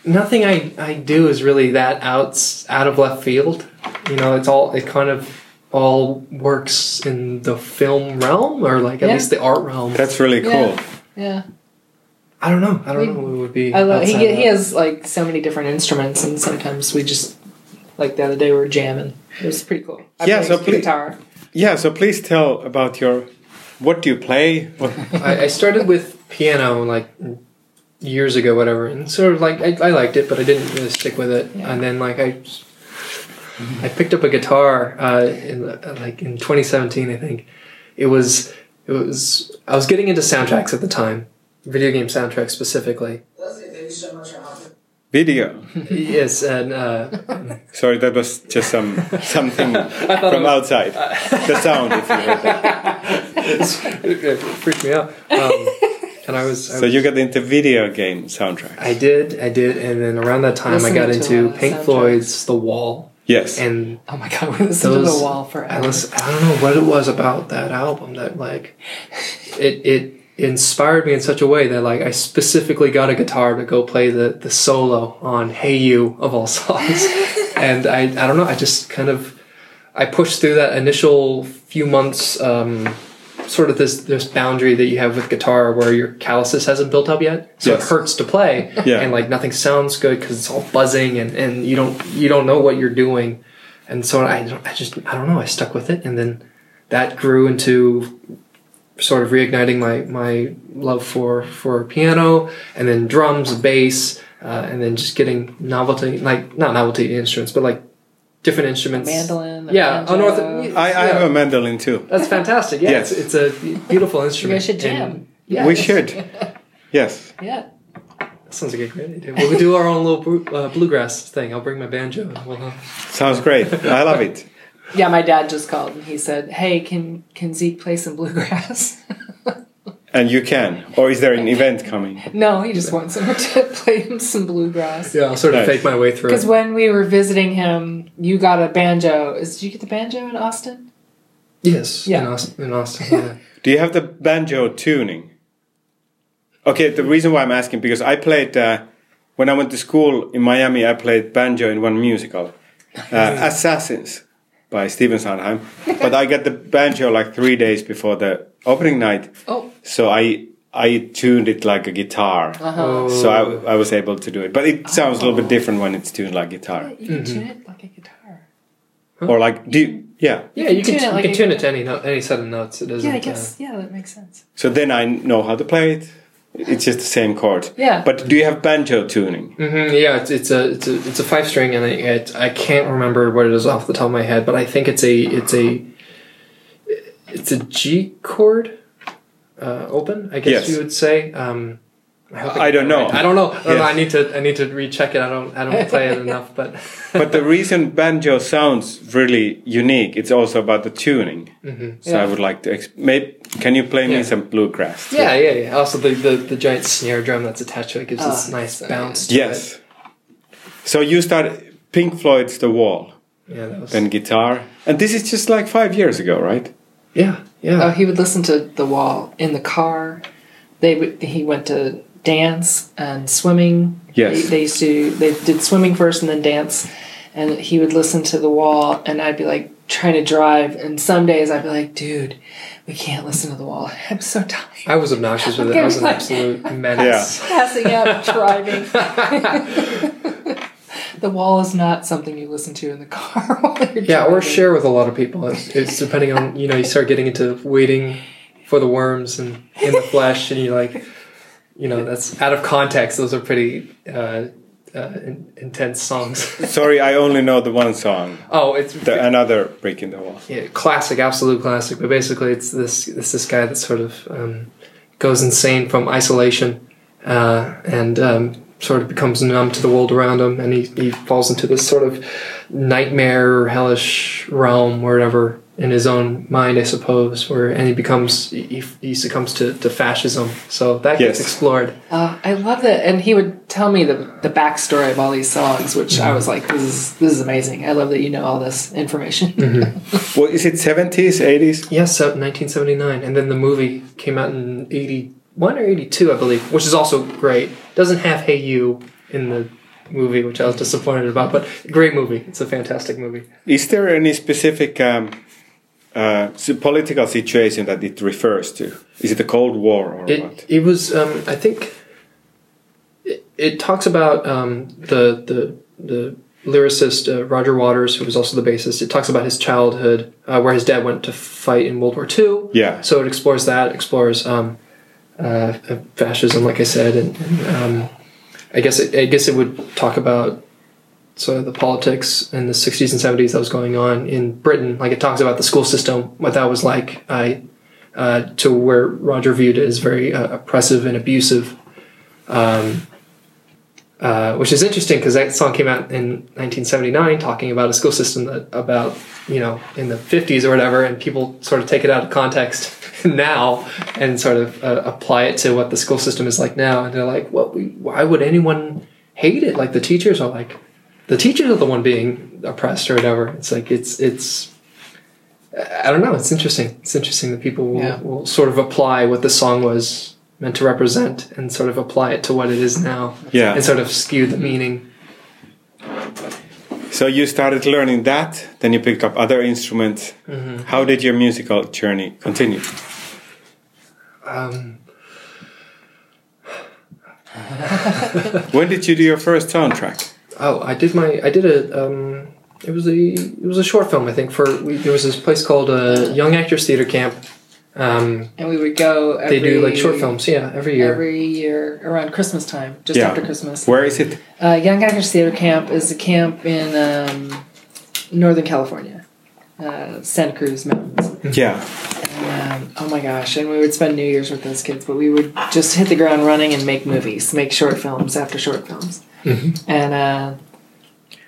[SPEAKER 3] nothing I, I do is really that out out of left field. You know, it's all it kind of all works in the film realm or like at
[SPEAKER 2] Yeah.
[SPEAKER 3] least the art realm.
[SPEAKER 1] that's really cool.
[SPEAKER 2] Yeah. Yeah.
[SPEAKER 3] I don't know. I don't
[SPEAKER 2] We-
[SPEAKER 3] know what would be.
[SPEAKER 2] I love he
[SPEAKER 3] outside of
[SPEAKER 2] he
[SPEAKER 3] that.
[SPEAKER 2] has like so many different instruments, and sometimes we just like the other day we were jamming. It was pretty cool. I
[SPEAKER 1] Yeah,
[SPEAKER 2] played
[SPEAKER 1] so please-
[SPEAKER 2] guitar.
[SPEAKER 1] Yeah, so please tell about your what do you play? What,
[SPEAKER 3] I, I started with piano like years ago, whatever, and sort of like I, I liked it, but I didn't really stick with it.
[SPEAKER 2] Yeah.
[SPEAKER 3] And then like I, I picked up a guitar uh, in uh, like in 2017, I think. It was it was I was getting into soundtracks at the time, video game soundtracks specifically.
[SPEAKER 1] video.
[SPEAKER 3] yes, and uh,
[SPEAKER 1] Sorry, that was just some something
[SPEAKER 3] thought
[SPEAKER 1] from
[SPEAKER 3] it was-
[SPEAKER 1] outside. the sound, if you heard that.
[SPEAKER 3] it freaked me out. Um, and I was, I
[SPEAKER 1] So you got into video game soundtrack.
[SPEAKER 3] I did, I did, and then around that time I
[SPEAKER 2] Listening
[SPEAKER 3] got
[SPEAKER 2] to a
[SPEAKER 3] into
[SPEAKER 2] lot of
[SPEAKER 3] Pink
[SPEAKER 2] soundtracks.
[SPEAKER 3] Floyd's The Wall,
[SPEAKER 1] Yes.
[SPEAKER 3] and
[SPEAKER 2] Oh my god, we listened to
[SPEAKER 3] Those-
[SPEAKER 2] the wall
[SPEAKER 3] I
[SPEAKER 2] forever.
[SPEAKER 3] listen, I don't know what it was about that album that like it it inspired me in such a way that like I specifically got a guitar to go play the the solo on Hey You of all songs. and I I don't know, I just kind of I pushed through that initial few months um sort of this this boundary that you have with guitar where your calluses hasn't built up yet so it
[SPEAKER 1] Yes.
[SPEAKER 3] hurts to play
[SPEAKER 1] Yeah.
[SPEAKER 3] and like nothing sounds good because it's all buzzing and and you don't you don't know what you're doing and so I, don't- I just I don't know I stuck with it and then that grew into sort of reigniting my my love for for piano and then drums bass uh, and then just getting novelty like not novelty instruments but like different instruments
[SPEAKER 2] mandolin. a
[SPEAKER 3] yeah
[SPEAKER 2] banjo.
[SPEAKER 3] oh, unorthodox
[SPEAKER 1] I, I have a mandolin too.
[SPEAKER 3] that's fantastic yeah
[SPEAKER 1] Yes.
[SPEAKER 3] it's, it's a beautiful
[SPEAKER 2] You
[SPEAKER 3] instrument
[SPEAKER 2] guys should
[SPEAKER 3] And-
[SPEAKER 2] jam.
[SPEAKER 1] We should. Yes.
[SPEAKER 2] Yeah.
[SPEAKER 3] That sounds like a great idea. We'll do our own little bru- uh, bluegrass thing. I'll bring my banjo. And we'll, uh,
[SPEAKER 1] Sounds great. I love it.
[SPEAKER 2] Yeah, my dad just called and he said, Hey, can can Zeke play some bluegrass?
[SPEAKER 1] And you can. Or is there an event coming?
[SPEAKER 2] no, he just wants someone to play him some bluegrass.
[SPEAKER 3] yeah, I'll sort of
[SPEAKER 1] Nice.
[SPEAKER 3] fake my way through.
[SPEAKER 2] Because when we were visiting him, you got a banjo. Is did you get the banjo in Austin?
[SPEAKER 3] Yes,
[SPEAKER 2] Yeah.
[SPEAKER 3] in Austin. In Austin yeah.
[SPEAKER 1] Do you have the banjo tuning? Okay, the reason why I'm asking because I played uh, when I went to school in Miami. I played banjo in one musical, uh, Assassins. by Steven Sondheim. but I got the banjo like three days before the opening night.
[SPEAKER 2] Oh.
[SPEAKER 1] So I I tuned it like a guitar.
[SPEAKER 2] Uh-huh.
[SPEAKER 1] So I, I was able to do it. But it sounds a little bit different when it's tuned like guitar.
[SPEAKER 2] You can tune it like a guitar.
[SPEAKER 1] Or like, do you- yeah.
[SPEAKER 3] Yeah, you can,
[SPEAKER 2] Tune it
[SPEAKER 3] you
[SPEAKER 2] like
[SPEAKER 3] can
[SPEAKER 2] a-
[SPEAKER 3] tune it to any note, any set of notes. It doesn't.
[SPEAKER 2] Yeah, I guess. Yeah, that makes sense.
[SPEAKER 1] So then I know how to play it. It's just the same chord.
[SPEAKER 2] Yeah.
[SPEAKER 1] But do you have banjo tuning?
[SPEAKER 3] Uh, hmm yeah, it's, it's a it's a it's a five string, and I it, I can't remember what it is off the top of my head, but I think it's a it's a it's a G chord uh, open. I guess
[SPEAKER 1] Yes.
[SPEAKER 3] you would say. Um, I, hope
[SPEAKER 1] I don't know.
[SPEAKER 3] I don't know. I, don't know.
[SPEAKER 1] Yes.
[SPEAKER 3] I need to I need to recheck it. I don't I don't play it enough, but
[SPEAKER 1] But the reason banjo sounds really unique, it's also about the tuning. Mm-hmm. So I
[SPEAKER 2] Yeah.
[SPEAKER 1] would like to. Exp- maybe, can you play me
[SPEAKER 3] Yeah.
[SPEAKER 1] some bluegrass?
[SPEAKER 3] yeah, yeah, yeah. Also, the, the the giant snare drum that's attached to it gives this
[SPEAKER 2] Ah,
[SPEAKER 3] nice
[SPEAKER 2] sorry.
[SPEAKER 3] bounce. To
[SPEAKER 1] Yes. So you start Pink Floyd's The Wall,
[SPEAKER 3] It. Yeah. That was,
[SPEAKER 1] then guitar, and this is just like five years ago, right?
[SPEAKER 3] yeah. Yeah.
[SPEAKER 2] Oh, he would listen to The Wall in the car. They would, he went to dance and swimming.
[SPEAKER 1] Yes.
[SPEAKER 2] They, they used to they did swimming first and then dance, and he would listen to The Wall, and I'd be like trying to drive, and some days I'd be like, dude, we can't listen to The Wall. I'm so tired.
[SPEAKER 3] I was obnoxious with it. I was an absolute menace.
[SPEAKER 2] Passing out driving. the Wall is not something you listen to in the car while you're
[SPEAKER 3] Yeah, or
[SPEAKER 2] driving.
[SPEAKER 3] share with a lot of people. It's, it's depending on you know you start getting into waiting for the worms and in the flesh, and you like, you know, that's out of context. Those are pretty uh, uh, in, intense songs.
[SPEAKER 1] Sorry, I only know the one song,
[SPEAKER 3] oh, it's
[SPEAKER 1] the, another Break in the Wall.
[SPEAKER 3] yeah, classic, absolute classic. But basically, it's this it's this guy that sort of um, goes insane from isolation uh, and um, sort of becomes numb to the world around him, and he, he falls into this sort of nightmare, hellish realm, wherever in his own mind, I suppose. Where and he becomes he, he succumbs to, to fascism. So that gets
[SPEAKER 1] Yes.
[SPEAKER 3] explored.
[SPEAKER 2] Uh, I love that, and he would tell me the the backstory of all these songs, which I was like, "This is this is amazing." I love that you know all this information.
[SPEAKER 3] Mm-hmm.
[SPEAKER 1] Well, is it seventies, eighties?
[SPEAKER 3] Yes, so 1979, and then the movie came out in 81 or 82, I believe, which is also great. Doesn't have Hey You in the movie, which I was disappointed about, but great movie. It's a fantastic movie.
[SPEAKER 1] Is there any specific um, uh, s- political situation that it refers to? Is it the Cold War or
[SPEAKER 3] It
[SPEAKER 1] what?
[SPEAKER 3] it was, um, I think, it, it talks about um, the the the lyricist uh, Roger Waters, who was also the bassist. It talks about his childhood, uh, where his dad went to fight in World War II.
[SPEAKER 1] Yeah.
[SPEAKER 3] So it explores that. It explores um, uh, fascism, like I said, and, and um, I guess it, I guess it would talk about sort of the politics in the 60s and 70s that was going on in Britain. Like it talks about the school system, what that was like, I, uh, to where Roger viewed it as very uh, oppressive and abusive. Um, uh, which is interesting because that song came out in 1979, talking about a school system that about you know in the 50s or whatever, and people sort of take it out of context now and sort of uh, apply it to what the school system is like now, and they're like, "What? We, why would anyone hate it?" Like the teachers are like, the teachers are the one being oppressed or whatever. It's like it's it's I don't know. It's interesting. It's interesting that people will,
[SPEAKER 2] Yeah.
[SPEAKER 3] will sort of apply what the song was meant to represent and sort of apply it to what it is now.
[SPEAKER 1] Yeah.
[SPEAKER 3] And sort of skew the meaning.
[SPEAKER 1] So you started learning that, then you picked up other instruments.
[SPEAKER 3] Mm-hmm.
[SPEAKER 1] How did your musical journey continue?
[SPEAKER 3] Um,
[SPEAKER 1] When did you do your first soundtrack?
[SPEAKER 3] oh, I did my I did a um, it was a it was a short film I think for we, there was this place called uh, Young Actors Theater Camp. Um,
[SPEAKER 2] And we would go. Every,
[SPEAKER 3] they do like short films, yeah, every year.
[SPEAKER 2] every year around Christmas time, just after Christmas.
[SPEAKER 1] Where is it?
[SPEAKER 2] Uh, Young Actors Theater Camp is a camp in um, Northern California, uh, Santa Cruz Mountains.
[SPEAKER 3] Mm-hmm.
[SPEAKER 1] Yeah.
[SPEAKER 2] Um, oh my gosh! And we would spend New Year's with those kids, but we would just hit the ground running and make movies, make short films after short films, and. Uh,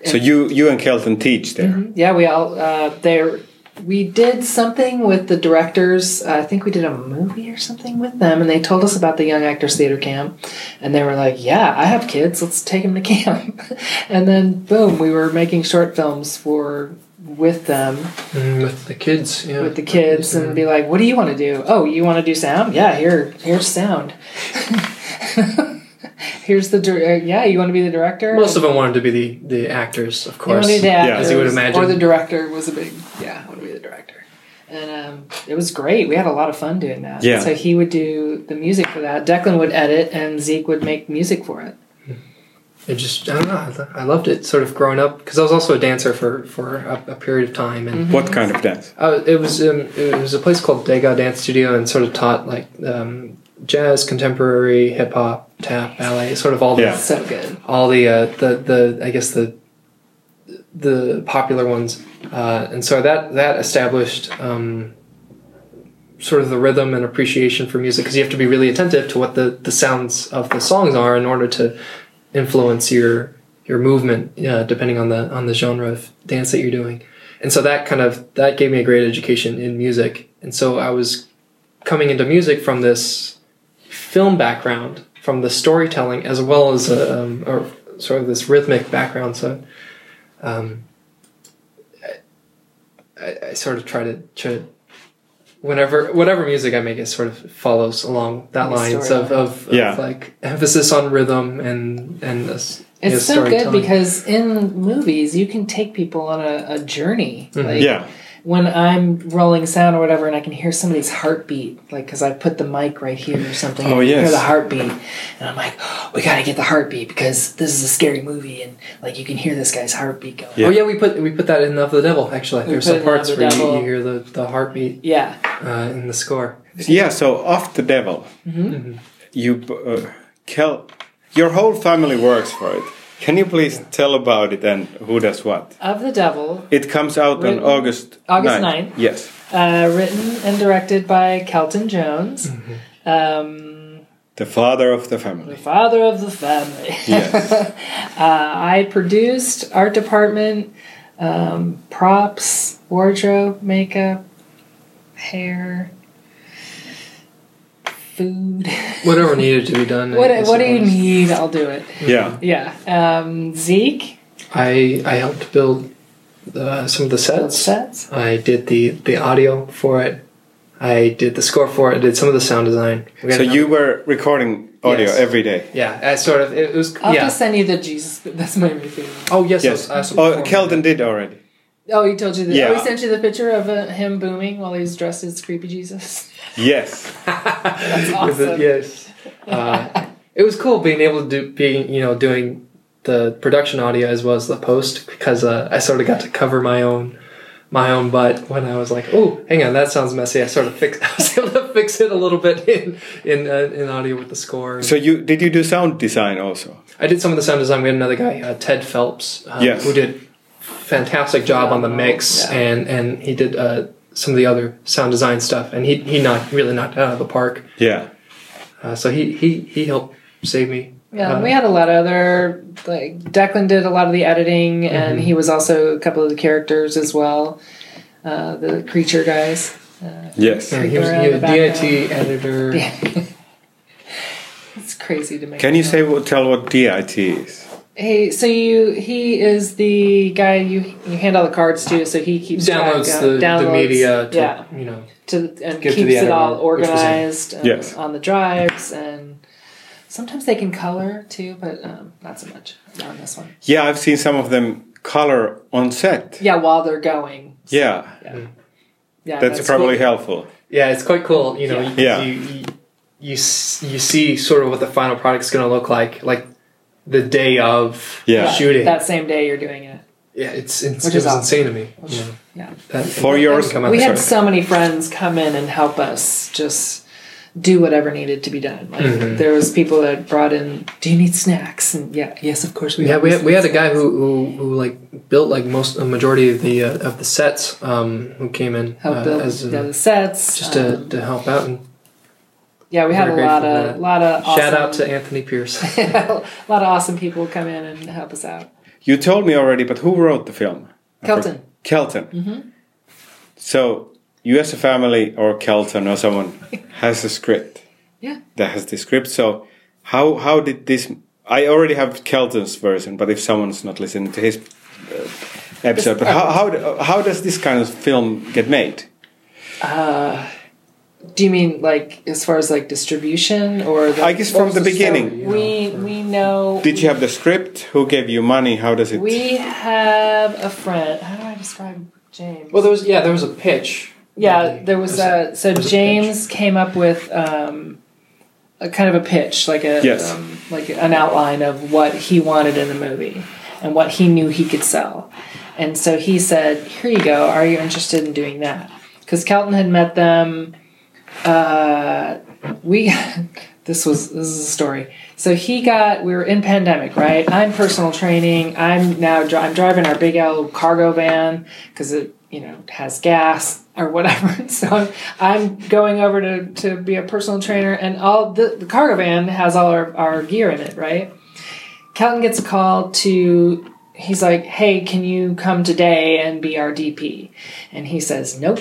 [SPEAKER 1] So you you and Kelton teach there.
[SPEAKER 2] Yeah, we all uh, there. We did something with the directors. Uh, I think we did a movie or something with them, and they told us about the Young Actors Theater Camp, and they were like, "Yeah, I have kids. Let's take them to camp." and then, boom, we were making short films for with them
[SPEAKER 3] Mm, with the kids, yeah.
[SPEAKER 2] with the kids and be like, "What do you want to do? Oh, you want to do sound? Yeah, here, here's sound. Here's the dir- uh, yeah. You want to be the director?
[SPEAKER 3] Most of them wanted to be the, the actors, of
[SPEAKER 2] You
[SPEAKER 3] course.
[SPEAKER 2] want to be the actor,
[SPEAKER 1] Yeah.
[SPEAKER 3] As you would imagine.
[SPEAKER 2] or the director was a big yeah. I want to be the director, and um, it was great. We had a lot of fun doing that.
[SPEAKER 1] Yeah.
[SPEAKER 2] So he would do the music for that. Declan would edit, and Zeke would make music for it.
[SPEAKER 3] It just I don't know. I lo- I loved it sort of growing up because I was also a dancer for for a, a period of time, and
[SPEAKER 2] Mm-hmm.
[SPEAKER 1] What kind of dance?
[SPEAKER 3] I was- it was um, it was a place called Dega Dance Studio, and sort of taught like um, jazz, contemporary, hip hop, tap, ballet, sort of all the
[SPEAKER 1] Yeah.
[SPEAKER 2] So good.
[SPEAKER 3] all the uh, the the I guess the the popular ones, uh, and so that that established um, sort of the rhythm and appreciation for music because you have to be really attentive to what the the sounds of the songs are in order to influence your your movement, yeah, depending on the on the genre of dance that you're doing, and so that kind of that gave me a great education in music, and so I was coming into music from this film background from the storytelling as well as a, um, or sort of this rhythmic background. So, um, I, I sort of try to, to whenever whatever music I make, it sort of follows along that
[SPEAKER 2] The
[SPEAKER 3] lines
[SPEAKER 2] storyline.
[SPEAKER 3] of, of, of
[SPEAKER 1] Yeah.
[SPEAKER 3] like emphasis on rhythm and and this.
[SPEAKER 2] It's
[SPEAKER 3] yeah,
[SPEAKER 2] so good
[SPEAKER 3] storytelling.
[SPEAKER 2] because in movies you can take people on a, a journey.
[SPEAKER 3] Mm-hmm.
[SPEAKER 2] Like,
[SPEAKER 1] Yeah,
[SPEAKER 2] when I'm rolling sound or whatever, and I can hear somebody's heartbeat, like because I put the mic right here or something,
[SPEAKER 1] Oh,
[SPEAKER 2] and you
[SPEAKER 1] yes.
[SPEAKER 2] hear the heartbeat, and I'm like, "Oh, we gotta get the heartbeat because this is a scary movie, and like you can hear this guy's heartbeat going.
[SPEAKER 1] Yeah.
[SPEAKER 3] Oh yeah, we put we put that in Love of the Devil. Actually,
[SPEAKER 2] We
[SPEAKER 3] there's
[SPEAKER 2] put it
[SPEAKER 3] some
[SPEAKER 2] in Love
[SPEAKER 3] parts
[SPEAKER 2] of the
[SPEAKER 3] where you,
[SPEAKER 2] Devil.
[SPEAKER 3] you hear the, the heartbeat
[SPEAKER 2] Yeah,
[SPEAKER 3] uh, in the score.
[SPEAKER 1] yeah. So off the devil,
[SPEAKER 3] Mm-hmm.
[SPEAKER 1] you uh, Kel, your whole family works for it. Can you please tell about it and who does what?
[SPEAKER 2] of the devil,
[SPEAKER 1] It comes out
[SPEAKER 2] Written-
[SPEAKER 1] on August
[SPEAKER 2] August 9th.
[SPEAKER 1] Yes.
[SPEAKER 2] uh, written and directed by Kelton Jones,
[SPEAKER 1] Mm-hmm.
[SPEAKER 2] um,
[SPEAKER 1] The father of the
[SPEAKER 2] the
[SPEAKER 1] family.
[SPEAKER 2] father of the family.
[SPEAKER 1] Yes.
[SPEAKER 2] Uh, I produced art department, um, props, wardrobe, makeup, hair, food.
[SPEAKER 3] Whatever needed to be done. I
[SPEAKER 2] what
[SPEAKER 3] guess
[SPEAKER 2] what do
[SPEAKER 3] it
[SPEAKER 2] you
[SPEAKER 3] was.
[SPEAKER 2] need? I'll do it.
[SPEAKER 1] yeah.
[SPEAKER 2] Yeah. Um, Zeke,
[SPEAKER 3] I I helped build uh, some of the
[SPEAKER 2] those
[SPEAKER 3] sets.
[SPEAKER 2] sets.
[SPEAKER 3] I did the the audio for it. I did the score for it. I did some of the sound design. We had
[SPEAKER 1] So
[SPEAKER 3] another-
[SPEAKER 1] you were recording audio
[SPEAKER 3] Yes.
[SPEAKER 1] every day.
[SPEAKER 3] yeah, I sort of it was
[SPEAKER 2] I'll
[SPEAKER 3] yeah.
[SPEAKER 2] just send you the Jesus. That's my movie. favorite.
[SPEAKER 3] oh yes, I
[SPEAKER 1] Yes.
[SPEAKER 3] was- I was
[SPEAKER 1] Oh,
[SPEAKER 3] performing.
[SPEAKER 1] Kelton did already.
[SPEAKER 2] Oh, he told you that. Oh,
[SPEAKER 1] Yeah.
[SPEAKER 2] he sent you the picture of uh, him booming while he was dressed as creepy Jesus.
[SPEAKER 1] Yes.
[SPEAKER 2] That's
[SPEAKER 3] With it,
[SPEAKER 2] awesome.
[SPEAKER 3] yes. Uh, it was cool being able to do being you know doing the production audio as well as the post because uh, I sort of got to cover my own my own butt when I was like, oh, hang on, that sounds messy. I sort of fix I was able to fix it a little bit in in uh, in audio with the score.
[SPEAKER 1] So you did you do sound design also?
[SPEAKER 3] I did some of the sound design. We had another guy, uh, Ted Phelps, uh,
[SPEAKER 1] Yes.
[SPEAKER 3] who did fantastic job on the mix,
[SPEAKER 2] Yeah.
[SPEAKER 3] and and he did uh, some of the other sound design stuff, and he he knocked really knocked it out of the park.
[SPEAKER 1] Yeah.
[SPEAKER 3] Uh, so he he he helped save me.
[SPEAKER 2] Yeah,
[SPEAKER 3] Uh,
[SPEAKER 2] and we had a lot of other like Declan did a lot of the editing, and he was also a couple of the characters as well, uh, the creature guys.
[SPEAKER 1] Yes.
[SPEAKER 3] yeah, he was,
[SPEAKER 2] Around
[SPEAKER 3] he was
[SPEAKER 2] the
[SPEAKER 3] DIT editor.
[SPEAKER 2] it's crazy to make.
[SPEAKER 1] Can you
[SPEAKER 2] that
[SPEAKER 1] say
[SPEAKER 2] up.
[SPEAKER 1] what tell what DIT is?
[SPEAKER 2] Hey, so you he is the guy you you hand all the cards to, so he keeps
[SPEAKER 3] Downloads
[SPEAKER 2] track
[SPEAKER 3] the,
[SPEAKER 2] of, downloads,
[SPEAKER 3] the media to
[SPEAKER 2] yeah,
[SPEAKER 3] you know
[SPEAKER 2] to and keeps
[SPEAKER 3] give to the
[SPEAKER 2] it all
[SPEAKER 3] editor, which was him.
[SPEAKER 2] organized and
[SPEAKER 1] Yes.
[SPEAKER 2] on the drives and. Sometimes they can color too, but um, not so much on this one.
[SPEAKER 1] Yeah, I've seen some of them color on set.
[SPEAKER 2] Yeah, while they're going.
[SPEAKER 1] Yeah.
[SPEAKER 3] Hmm.
[SPEAKER 2] Yeah,
[SPEAKER 1] That's,
[SPEAKER 2] cool.
[SPEAKER 1] probably helpful.
[SPEAKER 3] yeah, it's quite cool. You know, you-
[SPEAKER 1] Yeah.
[SPEAKER 3] You, you you s- you see sort of what the final product's going to look like, like the day of
[SPEAKER 1] Yeah.
[SPEAKER 2] Right.
[SPEAKER 3] shooting.
[SPEAKER 2] that same day you're doing it.
[SPEAKER 3] yeah, it's, it's
[SPEAKER 2] Which
[SPEAKER 3] it
[SPEAKER 2] is
[SPEAKER 3] was
[SPEAKER 2] awesome.
[SPEAKER 3] insane to me.
[SPEAKER 2] Which-
[SPEAKER 3] you know.
[SPEAKER 2] yeah.
[SPEAKER 3] That-
[SPEAKER 1] For yours-
[SPEAKER 3] come out
[SPEAKER 2] we
[SPEAKER 3] sorry.
[SPEAKER 2] had so many friends come in and help us just do whatever needed to be done. Like
[SPEAKER 1] Mm-hmm.
[SPEAKER 2] there was people that brought in, do you need snacks? And yeah, yes, of course we
[SPEAKER 3] Yeah,
[SPEAKER 2] always
[SPEAKER 3] we had, we
[SPEAKER 2] need
[SPEAKER 3] had a guy
[SPEAKER 2] snacks.
[SPEAKER 3] who, who, who like built like most a majority of the uh, of the sets um, who came in
[SPEAKER 2] helped
[SPEAKER 3] uh,
[SPEAKER 2] build
[SPEAKER 3] as a-
[SPEAKER 2] the sets.
[SPEAKER 3] just to,
[SPEAKER 2] um,
[SPEAKER 3] to help out and
[SPEAKER 2] yeah, we had a
[SPEAKER 3] very
[SPEAKER 2] lot
[SPEAKER 3] grateful for
[SPEAKER 2] of
[SPEAKER 3] that.
[SPEAKER 2] lot of awesome,
[SPEAKER 3] shout out to Anthony Pierce.
[SPEAKER 2] a lot of awesome people come in and help us out.
[SPEAKER 1] You told me already, but who wrote the film? I forg-
[SPEAKER 2] Kelton. Mm-hmm.
[SPEAKER 1] Kelton. So you as a family or Kelton or someone has a script
[SPEAKER 2] Yeah,
[SPEAKER 1] that has the script. So how how did this? I already have Kelton's version, but if someone's not listening to his uh, episode, but how how, how does this kind of film get made?
[SPEAKER 2] Do you mean like as far as like distribution or? The,
[SPEAKER 1] I guess
[SPEAKER 2] what
[SPEAKER 1] from
[SPEAKER 2] was
[SPEAKER 1] the
[SPEAKER 2] story?
[SPEAKER 1] beginning.
[SPEAKER 2] we we know.
[SPEAKER 1] Did you have the script? Who gave you money? How does it?
[SPEAKER 2] We have a friend. How do I describe James?
[SPEAKER 3] Well, there was yeah, there was a pitch.
[SPEAKER 2] yeah, there was a so
[SPEAKER 3] there's a
[SPEAKER 2] James came up with um, a kind of a pitch, like a
[SPEAKER 1] Yes.
[SPEAKER 2] um, like an outline of what he wanted in the movie and what he knew he could sell. And so he said, "Here you go. Are you interested in doing that?" Because Calton had met them. Uh, we this was this is a story. So he got we were in pandemic, right? I'm personal training. I'm now dri- I'm driving our big L cargo van because it you know has gas or whatever. So I'm, I'm going over to to be a personal trainer, and all the, the cargo van has all our our gear in it, right? Calton gets a call to he's like, "Hey, can you come today and be our DP?" And he says, "Nope."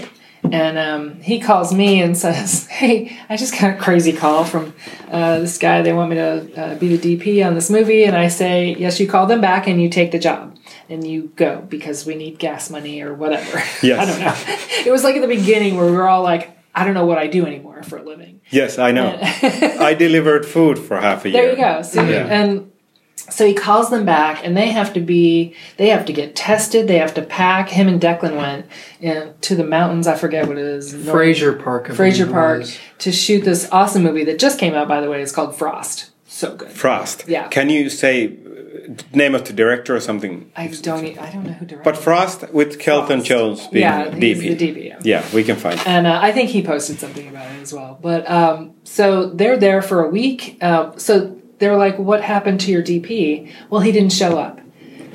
[SPEAKER 2] And um, he calls me and says, "Hey, I just got a crazy call from uh, this guy. They want me to uh, be the DP on this movie." And I say, "Yes, you call them back and you take the job." And you go because we need gas money or whatever.
[SPEAKER 1] Yes.
[SPEAKER 2] I don't know. It was like at the beginning where we were all like, I don't know what I do anymore for a living.
[SPEAKER 1] Yes, I know. I delivered food for half a year.
[SPEAKER 2] There you go. See, and so he calls them back, and they have to be, they have to get tested. They have to pack. Him and Declan went in, to the mountains. I forget what it is. North-
[SPEAKER 3] Fraser Park. I believe
[SPEAKER 2] Fraser
[SPEAKER 3] it
[SPEAKER 2] Park
[SPEAKER 3] was.
[SPEAKER 2] to shoot this awesome movie that just came out. By the way, it's called Frost. So good.
[SPEAKER 1] Frost.
[SPEAKER 2] Yeah.
[SPEAKER 1] Can you say uh, name of the director or something?
[SPEAKER 2] I don't. e- I don't know who directed.
[SPEAKER 1] But Frost with Kelton
[SPEAKER 2] Frost.
[SPEAKER 1] Jones being
[SPEAKER 2] yeah,
[SPEAKER 1] DP.
[SPEAKER 2] He's the DP. yeah.
[SPEAKER 1] Yeah, we can find. it.
[SPEAKER 2] and uh, I think he posted something about it as well. But um, so they're there for a week. Uh, so they're like, "What happened to your DP?" Well, he didn't show up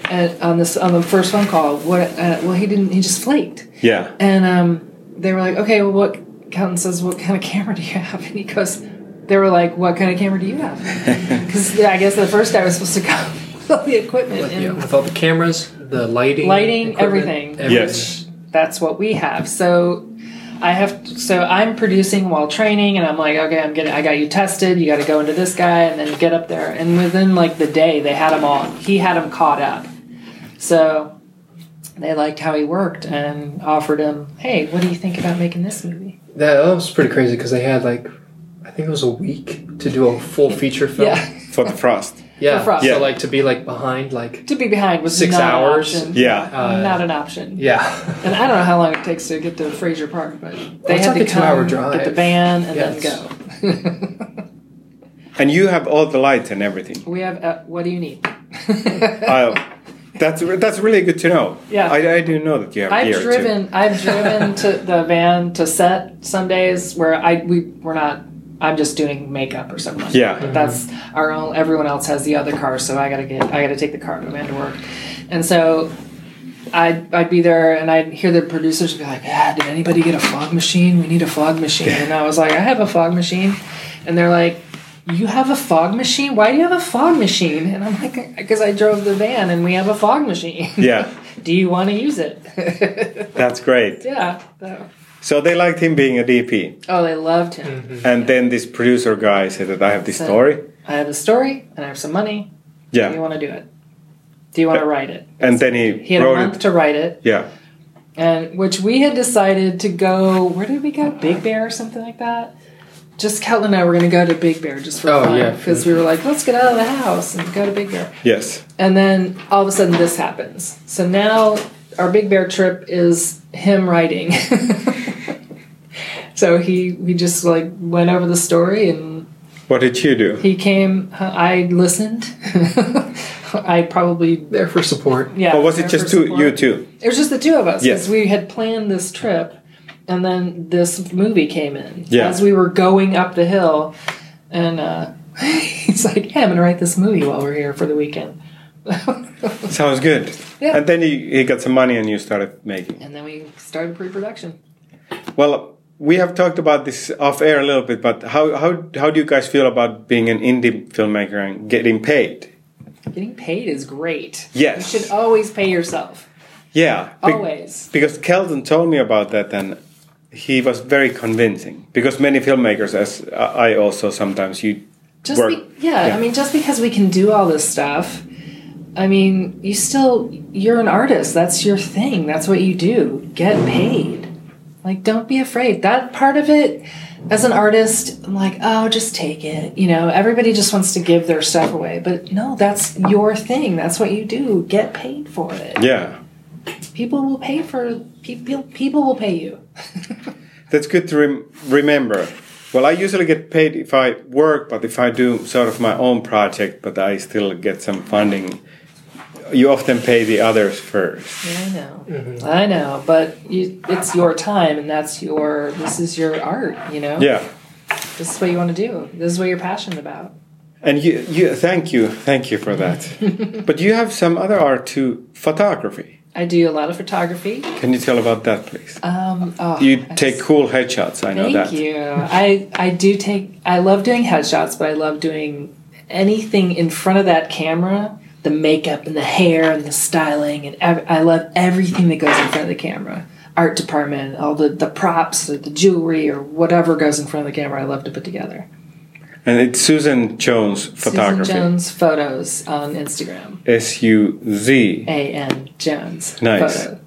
[SPEAKER 2] and on this on the first phone call. What? Uh, well, he didn't. He just flaked.
[SPEAKER 1] Yeah.
[SPEAKER 2] And um, they were like, okay, well, what? Kelton says, what kind of camera do you have? And he goes, they were like, what kind of camera do you have? Because I guess the first guy was supposed to come with all the equipment
[SPEAKER 3] Yeah,
[SPEAKER 2] and
[SPEAKER 3] with all the cameras, the lighting,
[SPEAKER 2] Lighting,
[SPEAKER 3] equipment,
[SPEAKER 2] everything.
[SPEAKER 1] Yes.
[SPEAKER 2] that's what we have. So I have so I'm producing while training and I'm like, okay, I'm getting I got you tested, you gotta go into this guy and then you get up there. And within like the day they had him all he had him caught up. So they liked how he worked and offered him, Hey, what do you think about making this movie?
[SPEAKER 3] That, that was pretty crazy because they had like, I think it was a week to do a full feature film.
[SPEAKER 2] Yeah.
[SPEAKER 1] For the Frost.
[SPEAKER 3] yeah.
[SPEAKER 2] For Frost.
[SPEAKER 1] Yeah.
[SPEAKER 3] So like to be like behind, like
[SPEAKER 2] To be behind was
[SPEAKER 3] Six
[SPEAKER 2] not
[SPEAKER 3] hours?
[SPEAKER 2] An option.
[SPEAKER 1] Yeah.
[SPEAKER 3] Uh,
[SPEAKER 2] not an option.
[SPEAKER 3] yeah,
[SPEAKER 2] And I don't know how long it takes to get to Fraser Park, but they
[SPEAKER 3] it's
[SPEAKER 2] had
[SPEAKER 3] like
[SPEAKER 2] to
[SPEAKER 3] a two-hour
[SPEAKER 2] come, get
[SPEAKER 3] drive.
[SPEAKER 2] the van, and
[SPEAKER 3] Yes.
[SPEAKER 2] then go.
[SPEAKER 1] And you have all the lights and everything.
[SPEAKER 2] We have. Uh, what do you need?
[SPEAKER 1] I, that's re- that's really good to know.
[SPEAKER 2] Yeah.
[SPEAKER 1] I, I didn't know that you have gear
[SPEAKER 2] I've
[SPEAKER 1] too.
[SPEAKER 2] driven. I've driven to the van to set some days where I we we're not. I'm just doing makeup or something. Like
[SPEAKER 1] Yeah.
[SPEAKER 2] that. But Mm-hmm. that's our own. Everyone else has the other car, so I gotta get. I gotta take the car to the van to work, and so. I'd, I'd be there and I'd hear the producers be like, Yeah, did anybody get a fog machine? We need a fog machine. And I was like, I have a fog machine. And they're like, You have a fog machine? Why do you have a fog machine? And I'm like, Because I drove the van and we have a fog machine.
[SPEAKER 1] Yeah,
[SPEAKER 2] Do you want to use it?
[SPEAKER 1] that's great.
[SPEAKER 2] yeah.
[SPEAKER 1] So they liked him being a DP,
[SPEAKER 2] Oh, they loved him.
[SPEAKER 1] and then this producer guy said that I have this
[SPEAKER 2] So-
[SPEAKER 1] story.
[SPEAKER 2] I have a story and I have some money. Do you
[SPEAKER 1] Mm. Yeah,
[SPEAKER 2] want to do it? Do you want to write it?
[SPEAKER 1] and then he,
[SPEAKER 2] He had a
[SPEAKER 1] wrote
[SPEAKER 2] month
[SPEAKER 1] it.
[SPEAKER 2] to write it,
[SPEAKER 1] Yeah,
[SPEAKER 2] and which we had decided to go. Where did we go? Big Bear or something like that. Just Kelton and I were going to go to Big Bear just for
[SPEAKER 3] Oh,
[SPEAKER 2] fun
[SPEAKER 3] yeah.
[SPEAKER 2] because we were like, let's get out of the house and go to Big Bear.
[SPEAKER 1] yes,
[SPEAKER 2] And then all of a sudden this happens. So now our Big Bear trip is him writing. so he we just like went over the story and
[SPEAKER 1] What did you do?
[SPEAKER 2] he came I listened. I probably
[SPEAKER 3] there for support.
[SPEAKER 2] yeah.
[SPEAKER 1] or was it just two, you two?
[SPEAKER 2] It was just the two of us
[SPEAKER 1] Yes.
[SPEAKER 2] because we had planned this trip, and then this movie came in
[SPEAKER 1] Yeah.
[SPEAKER 2] as we were going up the hill, and uh, he's like, "Yeah, I'm gonna write this movie while we're here for the weekend."
[SPEAKER 1] Sounds good.
[SPEAKER 2] Yeah.
[SPEAKER 1] And then he, he got some money and you started making.
[SPEAKER 2] And then we started pre-production.
[SPEAKER 1] Well, we have talked about this off air a little bit, but how, how, how do you guys feel about being an indie filmmaker and getting paid?
[SPEAKER 2] Getting paid is great.
[SPEAKER 1] Yes.
[SPEAKER 2] You should always pay yourself.
[SPEAKER 1] Yeah.
[SPEAKER 2] Oh.
[SPEAKER 1] be-
[SPEAKER 2] Always.
[SPEAKER 1] Because Kelton told me about that and he was very convincing. Because many filmmakers, as I I also sometimes, you
[SPEAKER 2] Just
[SPEAKER 1] work.
[SPEAKER 2] be, yeah, I mean, just because we can do all this stuff, I mean, you still you're an artist. That's your thing. That's what you do. Get paid. Like, don't be afraid. That part of it, as an artist, I'm like, oh, just take it. You know, everybody just wants to give their stuff away. But no, that's your thing. That's what you do. Get paid for it.
[SPEAKER 1] Yeah.
[SPEAKER 2] People will pay for people. People will pay you.
[SPEAKER 1] That's good to rem- remember. Well, I usually get paid if I work, but if I do sort of my own project, but I still get some funding, you often pay the others first.
[SPEAKER 2] I know. I know. But you, it's your time, and that's your. This is your art. You know.
[SPEAKER 1] Yeah.
[SPEAKER 2] This is what you want to do. This is what you're passionate about.
[SPEAKER 1] And you, you, thank you, thank you for that. but you have some other art too, photography.
[SPEAKER 2] I do a lot of photography.
[SPEAKER 1] Can you tell about that, please?
[SPEAKER 2] Um, oh,
[SPEAKER 1] you
[SPEAKER 2] I
[SPEAKER 1] take cool headshots, I know
[SPEAKER 2] Thank
[SPEAKER 1] that.
[SPEAKER 2] you. I I do take. I love doing headshots, but I love doing anything in front of that camera. The makeup and the hair and the styling and ev- I love everything that goes in front of the camera. Art department, all the the props or the jewelry or whatever goes in front of the camera. I love to put together.
[SPEAKER 1] And it's Susan Jones Photography.
[SPEAKER 2] Susan Jones photos on Instagram.
[SPEAKER 1] S U Z.
[SPEAKER 2] A N Jones.
[SPEAKER 1] Nice.
[SPEAKER 2] Photo.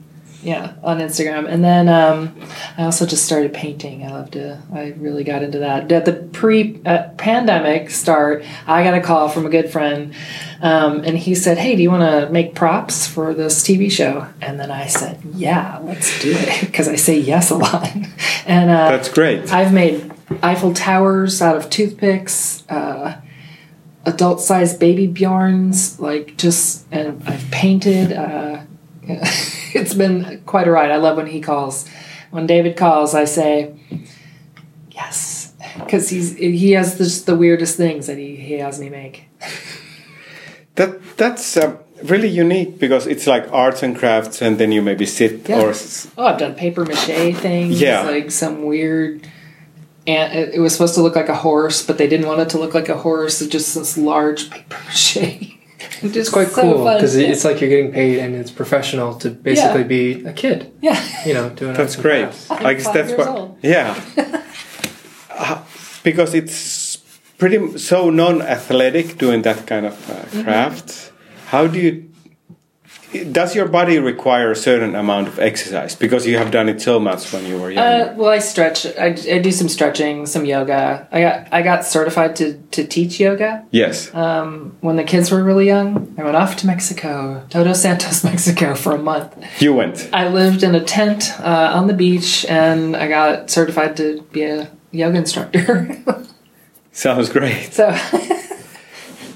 [SPEAKER 2] Yeah, on Instagram, and then um, I also just started painting. I love to. I really got into that. At the pre-pandemic start, I got a call from a good friend, um, and he said, "Hey, do you want to make props for this TV show?" And then I said, "Yeah, let's do it," because I say yes a lot. And uh,
[SPEAKER 1] That's great.
[SPEAKER 2] I've made Eiffel Towers out of toothpicks, uh, adult sized baby Bjorns, like just, and I've painted. Uh, it's been quite a ride. I love when he calls. When David calls, I say, yes. Because he's he has just the weirdest things that he, he has me make.
[SPEAKER 1] That that's uh, really unique because it's like arts and crafts, and then you maybe sit
[SPEAKER 2] Yeah.
[SPEAKER 1] or s-
[SPEAKER 2] Oh, I've done paper mache things.
[SPEAKER 1] Yeah.
[SPEAKER 2] Like some weird. And it, it was supposed to look like a horse, but they didn't want it to look like a horse. It's just this large paper mache.
[SPEAKER 3] It's quite
[SPEAKER 2] so
[SPEAKER 3] cool
[SPEAKER 2] fun.
[SPEAKER 3] because it's like you're getting paid and it's professional to basically be a kid.
[SPEAKER 2] Yeah.
[SPEAKER 3] You know, doing
[SPEAKER 1] that's
[SPEAKER 3] arts and
[SPEAKER 1] great.
[SPEAKER 3] crafts.
[SPEAKER 1] I guess
[SPEAKER 2] five
[SPEAKER 1] that's
[SPEAKER 2] years
[SPEAKER 1] what.
[SPEAKER 2] old.
[SPEAKER 1] Yeah, Uh, because it's pretty m- so non-athletic doing that kind of
[SPEAKER 2] Mm-hmm.
[SPEAKER 1] uh, craft. How do you? Does your body require a certain amount of exercise because you have done it so much when you were
[SPEAKER 2] Uh,
[SPEAKER 1] younger?
[SPEAKER 2] well, I stretch. I, I do some stretching, some yoga. I got I got certified to to teach yoga
[SPEAKER 1] yes.
[SPEAKER 2] uh, when the kids were really young. I went off to Mexico, Todos Santos, Mexico, for a month.
[SPEAKER 1] you went.
[SPEAKER 2] I lived in a tent uh, on the beach, and I got certified to be a yoga instructor.
[SPEAKER 1] Sounds great.
[SPEAKER 2] So,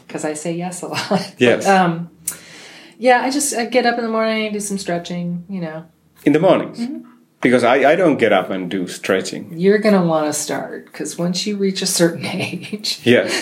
[SPEAKER 2] because I say yes a lot.
[SPEAKER 1] Yes.
[SPEAKER 2] Um, yeah, I just I get up in the morning, do some stretching. You know,
[SPEAKER 1] In the mornings.
[SPEAKER 2] Mm-hmm.
[SPEAKER 1] Because I, I don't get up and do stretching.
[SPEAKER 2] you're gonna want to start because once you reach a certain age,
[SPEAKER 1] Yes.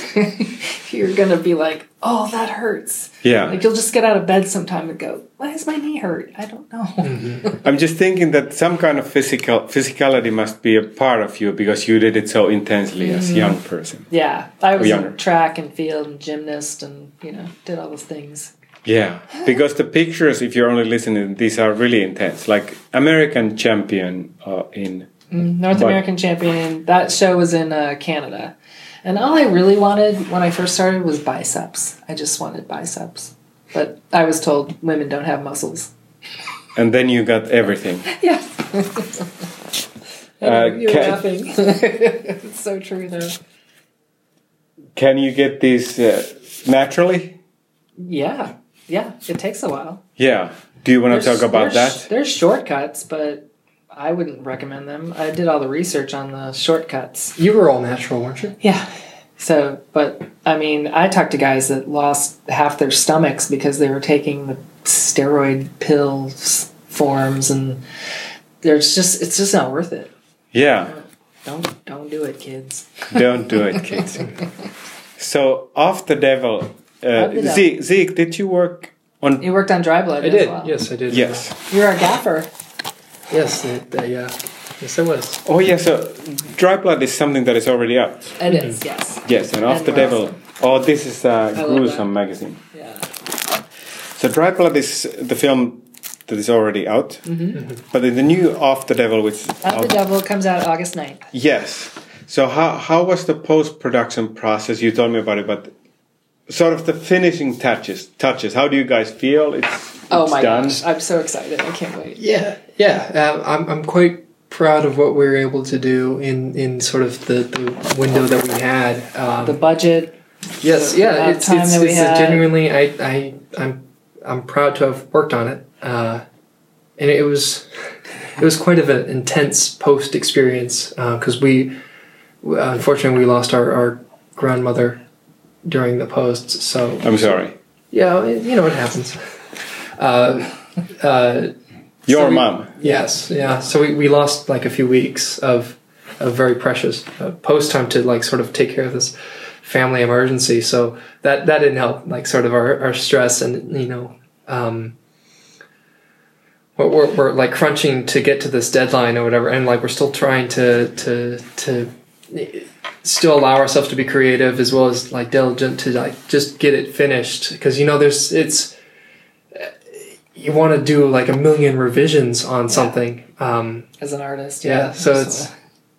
[SPEAKER 2] you're gonna be like, oh, that hurts.
[SPEAKER 1] Yeah.
[SPEAKER 2] Like you'll just get out of bed sometime and go, why does my knee hurt? I don't know.
[SPEAKER 1] Mm. I'm just thinking that some kind of physical physicality must be a part of you because you did it so intensely
[SPEAKER 2] Mm.
[SPEAKER 1] as a young person.
[SPEAKER 2] Yeah, I was
[SPEAKER 1] younger.
[SPEAKER 2] in track and field and gymnast and you know did all those things.
[SPEAKER 1] Yeah. Because the pictures, if you're only listening, these are really intense. Like American champion uh, in.
[SPEAKER 2] North
[SPEAKER 1] But-
[SPEAKER 2] American champion. That show was in uh, Canada, and all I really wanted when I first started was biceps. I just wanted biceps, but I was told women don't have muscles.
[SPEAKER 1] And then you got everything.
[SPEAKER 2] Yeah,
[SPEAKER 1] Uh,
[SPEAKER 2] you're
[SPEAKER 1] ca-
[SPEAKER 2] laughing. it's so true, though.
[SPEAKER 1] Can you get these uh, naturally?
[SPEAKER 2] Yeah, yeah. It takes a while.
[SPEAKER 1] Yeah. Do you want to
[SPEAKER 2] There's-
[SPEAKER 1] talk about
[SPEAKER 2] there's-
[SPEAKER 1] that?
[SPEAKER 2] There's shortcuts, but I wouldn't recommend them. I did all the research on the shortcuts.
[SPEAKER 3] You were all natural, weren't you?
[SPEAKER 2] Yeah. So, but I mean, I talked to guys that lost half their stomachs because they were taking the steroid pills forms, and there's just it's just not worth it.
[SPEAKER 1] Yeah.
[SPEAKER 2] Don't don't do it, kids.
[SPEAKER 1] Don't do it, kids. so, of the devil,
[SPEAKER 2] Of
[SPEAKER 1] uh,
[SPEAKER 2] the
[SPEAKER 1] Zeke, Zeke, did you work on?
[SPEAKER 2] You worked on dry blood.
[SPEAKER 3] I
[SPEAKER 2] as
[SPEAKER 3] did.
[SPEAKER 2] well.
[SPEAKER 3] Yes, I did.
[SPEAKER 1] Yes.
[SPEAKER 2] You're a gaffer.
[SPEAKER 3] Yes. They, they, uh, yes, I was.
[SPEAKER 1] Oh, yeah. So, dry blood is something that is already out.
[SPEAKER 2] It
[SPEAKER 3] Mm-hmm.
[SPEAKER 2] is. Yes.
[SPEAKER 1] Yes, and of
[SPEAKER 2] And
[SPEAKER 1] the
[SPEAKER 2] we're
[SPEAKER 1] devil. Oh, this is a
[SPEAKER 2] that.
[SPEAKER 1] gruesome magazine.
[SPEAKER 2] Yeah.
[SPEAKER 1] So, dry blood is the film that is already out, but in the new of the devil, which is
[SPEAKER 2] Of the
[SPEAKER 1] out-
[SPEAKER 2] Mm-hmm. Devil comes out August 9th.
[SPEAKER 1] Yes. So how how was the post production process? You told me about it, but sort of the finishing touches. Touches. How do you guys feel? It's,
[SPEAKER 2] Oh
[SPEAKER 1] it's
[SPEAKER 2] my
[SPEAKER 1] done.
[SPEAKER 2] gosh! I'm so excited. I can't wait.
[SPEAKER 3] Yeah. Yeah. Um, uh, I'm, I'm quite proud of what we were able to do in in sort of the, the window that we had. Um,
[SPEAKER 2] The budget.
[SPEAKER 3] yes,
[SPEAKER 2] the amount
[SPEAKER 3] yeah,
[SPEAKER 2] of
[SPEAKER 3] it's
[SPEAKER 2] time
[SPEAKER 3] it's,
[SPEAKER 2] that we
[SPEAKER 3] it's
[SPEAKER 2] had.
[SPEAKER 3] genuinely I I I'm I'm proud to have worked on it. Uh, and it was it was quite of an intense post experience because we unfortunately we lost our, our grandmother during the post. So
[SPEAKER 1] I'm sorry.
[SPEAKER 3] yeah, it- you know it happens. Uh, uh,
[SPEAKER 1] Your
[SPEAKER 3] we-
[SPEAKER 1] mom.
[SPEAKER 3] Yes, yeah. So we, we lost like a few weeks of, of very precious uh, post time to like sort of take care of this family emergency. So that that didn't help like sort of our, our stress and you know um, we're, we're we're like crunching to get to this deadline or whatever, and like we're still trying to to to eh, still allow ourselves to be creative as well as like diligent to like just get it finished because you know there's it's eh, you want to do like a million revisions on something um
[SPEAKER 2] as an artist.
[SPEAKER 3] yeah,
[SPEAKER 2] Yeah.
[SPEAKER 3] so it's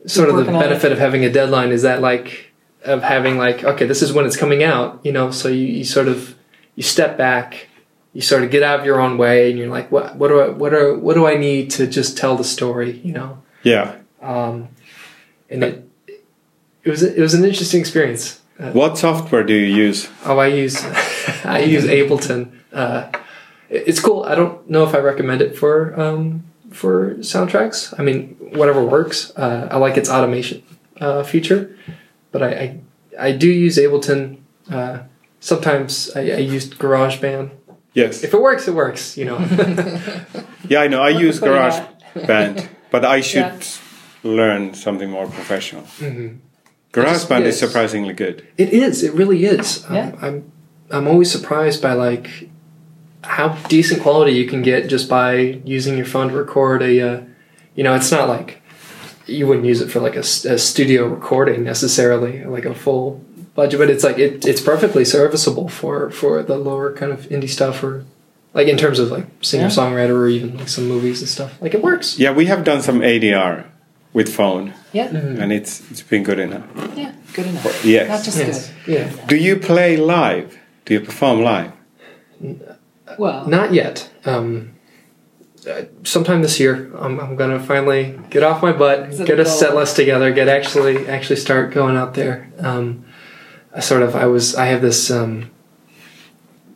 [SPEAKER 3] sort of the
[SPEAKER 2] working on it.
[SPEAKER 3] benefit of having a deadline is that like of having like okay this is when it's coming out you know so you, you sort of you step back you sort of get out of your own way and you're like what what do I what are what do I need to just tell the story you know
[SPEAKER 1] Yeah.
[SPEAKER 3] um and it it was it was an interesting experience uh,
[SPEAKER 1] What software do you use?
[SPEAKER 3] Oh, I use I use Ableton. Uh, it- it's cool. I don't know if I recommend it for um, for soundtracks. I mean, whatever works. Uh, I like its automation uh, feature, but I, I I do use Ableton. Uh, sometimes I, I used GarageBand.
[SPEAKER 1] Yes.
[SPEAKER 3] If it works, it works. You know.
[SPEAKER 1] Yeah, I know. I use
[SPEAKER 2] put it
[SPEAKER 1] Garage Band, but I should
[SPEAKER 2] Yeah.
[SPEAKER 1] learn something more professional.
[SPEAKER 3] Mhm.
[SPEAKER 1] Garage
[SPEAKER 3] just-
[SPEAKER 1] Band
[SPEAKER 3] yeah,
[SPEAKER 1] is
[SPEAKER 3] it's-
[SPEAKER 1] surprisingly good.
[SPEAKER 3] It is. It really is. Um,
[SPEAKER 2] Yeah.
[SPEAKER 3] I'm I'm always surprised by like how decent quality you can get just by using your phone to record a. Uh, you know, it's not like you wouldn't use it for like a, s- a studio recording necessarily, like a full budget, but it's like it, it's perfectly serviceable for for the lower kind of indie stuff or like in terms of like singer songwriter or even like some movies and stuff. Like it works.
[SPEAKER 1] Yeah, we have done some ADR with phone,
[SPEAKER 2] yeah,
[SPEAKER 1] and it's it's been good enough.
[SPEAKER 2] yeah, good enough.
[SPEAKER 1] Yes.
[SPEAKER 2] Not just
[SPEAKER 3] Yes. Yeah.
[SPEAKER 1] Do you play live? Do you perform live?
[SPEAKER 2] good. Well,
[SPEAKER 3] Uh, Not yet. Um, uh, sometime this year, I'm, I'm gonna finally get off my butt,
[SPEAKER 2] Is it
[SPEAKER 3] get
[SPEAKER 2] a
[SPEAKER 3] a set
[SPEAKER 2] goal?
[SPEAKER 3] list together, get actually actually start going out there. Um, I sort of I was I have this. Um,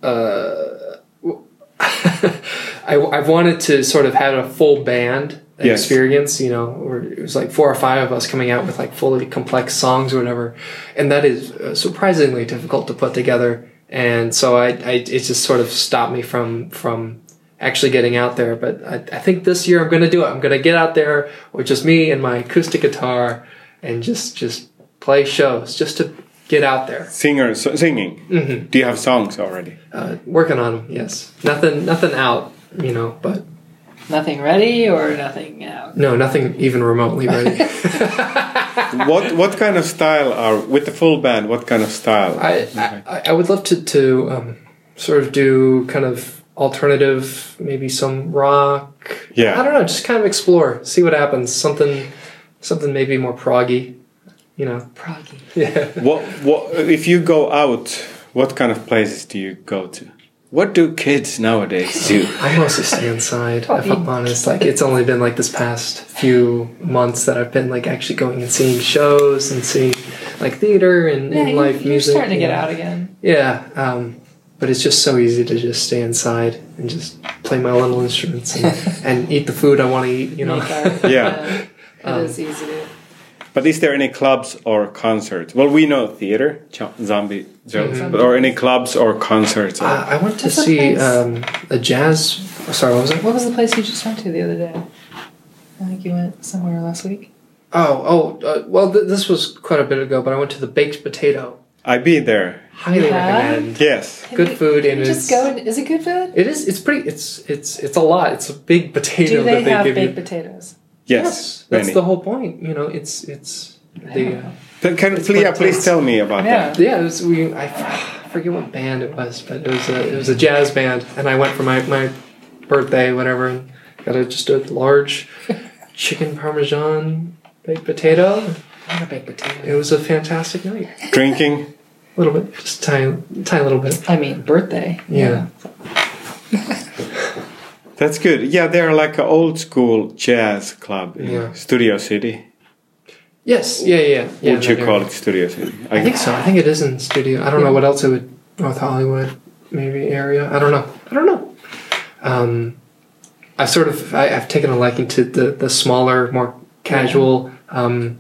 [SPEAKER 3] uh, w- I, I wanted to sort of have a full band
[SPEAKER 1] Yes.
[SPEAKER 3] experience, you know, where it was like four or five of us coming out with like fully complex songs or whatever, and that is uh, surprisingly difficult to put together. And so I, I it just sort of stopped me from from actually getting out there. But I, I think this year I'm going to do it. I'm going to get out there with just me and my acoustic guitar and just just play shows just to get out there.
[SPEAKER 1] Singer so, singing. Mm-hmm. Do you have songs already?
[SPEAKER 3] Uh, working on 'em, yes. Nothing nothing out, you know, but
[SPEAKER 2] nothing ready or nothing out.
[SPEAKER 3] no, nothing even remotely ready.
[SPEAKER 1] what what kind of style are with the full band? What kind of style?
[SPEAKER 3] I, I I would love to to um, sort of do kind of alternative, maybe some rock.
[SPEAKER 1] Yeah.
[SPEAKER 3] I don't know. Just kind of explore, see what happens. Something something maybe more proggy, you know.
[SPEAKER 2] Proggy.
[SPEAKER 3] Yeah.
[SPEAKER 1] what what if you go out? What kind of places do you go to? What do kids nowadays do?
[SPEAKER 3] I mostly stay inside. If I'm honest, like it's only been like this past few months that I've been like actually going and seeing shows and seeing like theater and,
[SPEAKER 2] Yeah,
[SPEAKER 3] and
[SPEAKER 2] you,
[SPEAKER 3] live
[SPEAKER 2] you're
[SPEAKER 3] music.
[SPEAKER 2] starting to get
[SPEAKER 3] and-
[SPEAKER 2] out again.
[SPEAKER 3] Yeah, um, but it's just so easy to just stay inside and just play my little instruments and, and eat the food I want to eat. You know, Um,
[SPEAKER 2] Make art.
[SPEAKER 1] Yeah.
[SPEAKER 2] uh, It is easy to.
[SPEAKER 1] But is there any clubs or concerts? Well, we know theater, ch- zombie jokes,
[SPEAKER 3] Mm-hmm.
[SPEAKER 1] but or any clubs or concerts? Or,
[SPEAKER 3] uh, I went to
[SPEAKER 2] What's the
[SPEAKER 3] see
[SPEAKER 2] place?
[SPEAKER 3] um, a jazz. Sorry, what was it?
[SPEAKER 2] What was the place you just went to the other day? I think you went somewhere last week.
[SPEAKER 3] Oh, oh, uh, well, th- this was quite a bit ago, but I went to the baked potato.
[SPEAKER 1] I be there.
[SPEAKER 3] Highly
[SPEAKER 2] Yeah.
[SPEAKER 3] recommend.
[SPEAKER 1] Yes.
[SPEAKER 2] Can
[SPEAKER 3] Good
[SPEAKER 2] you-
[SPEAKER 3] food
[SPEAKER 2] Can
[SPEAKER 3] and
[SPEAKER 2] you
[SPEAKER 3] it's
[SPEAKER 2] just go. And, is it good food?
[SPEAKER 3] It is. It's pretty. It's it's it's a lot. It's a big potato
[SPEAKER 2] Do they,
[SPEAKER 3] that they
[SPEAKER 2] have
[SPEAKER 3] give
[SPEAKER 2] baked
[SPEAKER 3] you.
[SPEAKER 2] potatoes?
[SPEAKER 1] Yes.
[SPEAKER 3] that's
[SPEAKER 1] many.
[SPEAKER 3] the whole point. You know, it's it's the uh,
[SPEAKER 1] Then Can
[SPEAKER 3] It's
[SPEAKER 1] Flea
[SPEAKER 3] what it
[SPEAKER 1] please
[SPEAKER 3] takes.
[SPEAKER 1] tell me about
[SPEAKER 2] Yeah.
[SPEAKER 1] that?
[SPEAKER 3] yeah. It was, we I f- forget what band it was, but it was a it was a jazz band, and I went for my my birthday, whatever, and got a, just a large chicken parmesan baked potato.
[SPEAKER 2] I want a baked potato.
[SPEAKER 3] It was a fantastic night.
[SPEAKER 1] Drinking?
[SPEAKER 3] A little bit, just tiny tiny little bit.
[SPEAKER 2] I mean, birthday.
[SPEAKER 3] Yeah.
[SPEAKER 1] That's good. Yeah, they're like an old school jazz club in
[SPEAKER 3] Yeah.
[SPEAKER 1] Studio City.
[SPEAKER 3] Yes. Yeah. Yeah. yeah
[SPEAKER 1] Would
[SPEAKER 3] that
[SPEAKER 1] you
[SPEAKER 3] area.
[SPEAKER 1] call it Studio City?
[SPEAKER 3] I think so. I think it is in studio. I don't know what else it would North Hollywood maybe area. I don't know. I don't know. Um, I've sort of I, I've taken a liking to the the smaller, more casual um,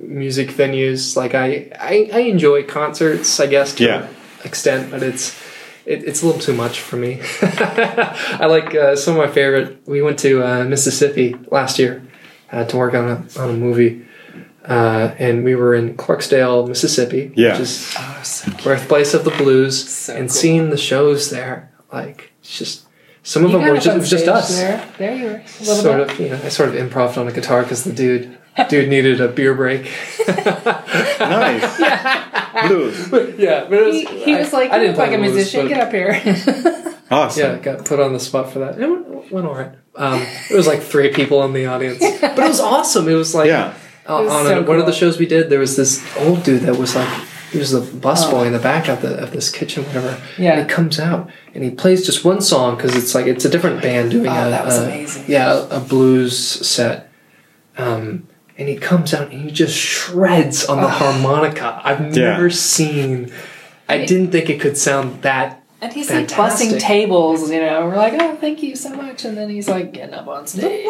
[SPEAKER 3] music venues. Like I, I I enjoy concerts, I guess, to
[SPEAKER 1] Yeah.
[SPEAKER 3] an extent, but it's. It, it's a little too much for me. I like uh, some of my favorite. We went to uh, Mississippi last year uh, to work on a on a movie, uh, and we were in Clarksdale, Mississippi,
[SPEAKER 1] Yeah.
[SPEAKER 3] which is
[SPEAKER 2] Oh, so cute.
[SPEAKER 3] birthplace of the blues,
[SPEAKER 2] So
[SPEAKER 3] and
[SPEAKER 2] cool.
[SPEAKER 3] seeing the shows there, like it's just some of
[SPEAKER 2] You
[SPEAKER 3] them
[SPEAKER 2] got
[SPEAKER 3] were
[SPEAKER 2] up
[SPEAKER 3] just, it
[SPEAKER 2] on
[SPEAKER 3] was just
[SPEAKER 2] stage
[SPEAKER 3] us.
[SPEAKER 2] There, there you were. A little
[SPEAKER 3] Sort
[SPEAKER 2] bit.
[SPEAKER 3] of, you know, I sort of improvised on a guitar because the dude dude needed a beer break.
[SPEAKER 1] Nice. Blues.
[SPEAKER 3] yeah, but it was,
[SPEAKER 2] He, he
[SPEAKER 3] I-
[SPEAKER 2] was like,
[SPEAKER 3] I
[SPEAKER 2] "You
[SPEAKER 3] didn't
[SPEAKER 2] look like
[SPEAKER 3] play
[SPEAKER 2] a
[SPEAKER 3] the blues,
[SPEAKER 2] musician.
[SPEAKER 3] but-
[SPEAKER 2] Get up here."
[SPEAKER 1] Awesome.
[SPEAKER 3] Yeah, got put on the spot for that. It went, went all right. Um, it was like three people in the audience, but it was awesome. It was like
[SPEAKER 1] Yeah.
[SPEAKER 3] Uh,
[SPEAKER 2] It was
[SPEAKER 3] on
[SPEAKER 2] so
[SPEAKER 3] a- one of the
[SPEAKER 2] cool.
[SPEAKER 3] shows we did, there was this old dude that was like, he was the busboy in the back of the of this kitchen, whatever.
[SPEAKER 2] Oh. Yeah.
[SPEAKER 3] And he comes out and he plays just one song because it's like it's a different band doing
[SPEAKER 2] Oh,
[SPEAKER 3] a,
[SPEAKER 2] that was
[SPEAKER 3] a-
[SPEAKER 2] amazing.
[SPEAKER 3] yeah a, a blues set. Um, and he comes out and he just shreds
[SPEAKER 2] Oh.
[SPEAKER 3] on the harmonica. I've
[SPEAKER 1] Yeah.
[SPEAKER 3] never seen. I didn't think it could sound that.
[SPEAKER 2] and he's like
[SPEAKER 3] Fantastic.
[SPEAKER 2] busting tables, you know. We're like, "Oh, thank you so much," and then he's like getting up on stage.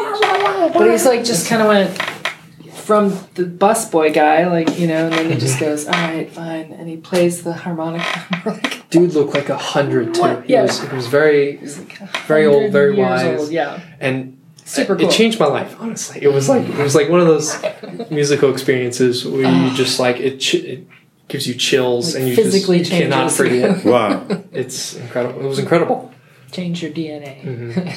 [SPEAKER 2] But he's like just kind of went from the busboy guy, like you know, and then he just
[SPEAKER 3] Mm-hmm.
[SPEAKER 2] goes, "All right, fine," and he plays the harmonica. We're like,
[SPEAKER 3] Dude looked like a hundred too.
[SPEAKER 2] What?
[SPEAKER 3] He
[SPEAKER 2] Yeah.
[SPEAKER 3] was he was very
[SPEAKER 2] he's like
[SPEAKER 3] Very old,
[SPEAKER 2] 100
[SPEAKER 3] very
[SPEAKER 2] years
[SPEAKER 3] wise.
[SPEAKER 2] old. Yeah,
[SPEAKER 3] and
[SPEAKER 2] super
[SPEAKER 3] it-
[SPEAKER 2] cool.
[SPEAKER 3] It changed my life, honestly. It was like it was like one of those musical experiences where you just like it. Ch- it gives you chills
[SPEAKER 2] Like
[SPEAKER 3] and you
[SPEAKER 2] physically
[SPEAKER 3] just you cannot
[SPEAKER 2] changes.
[SPEAKER 3] forget.
[SPEAKER 1] Wow.
[SPEAKER 3] It's incredible. It was incredible.
[SPEAKER 2] Change your DNA.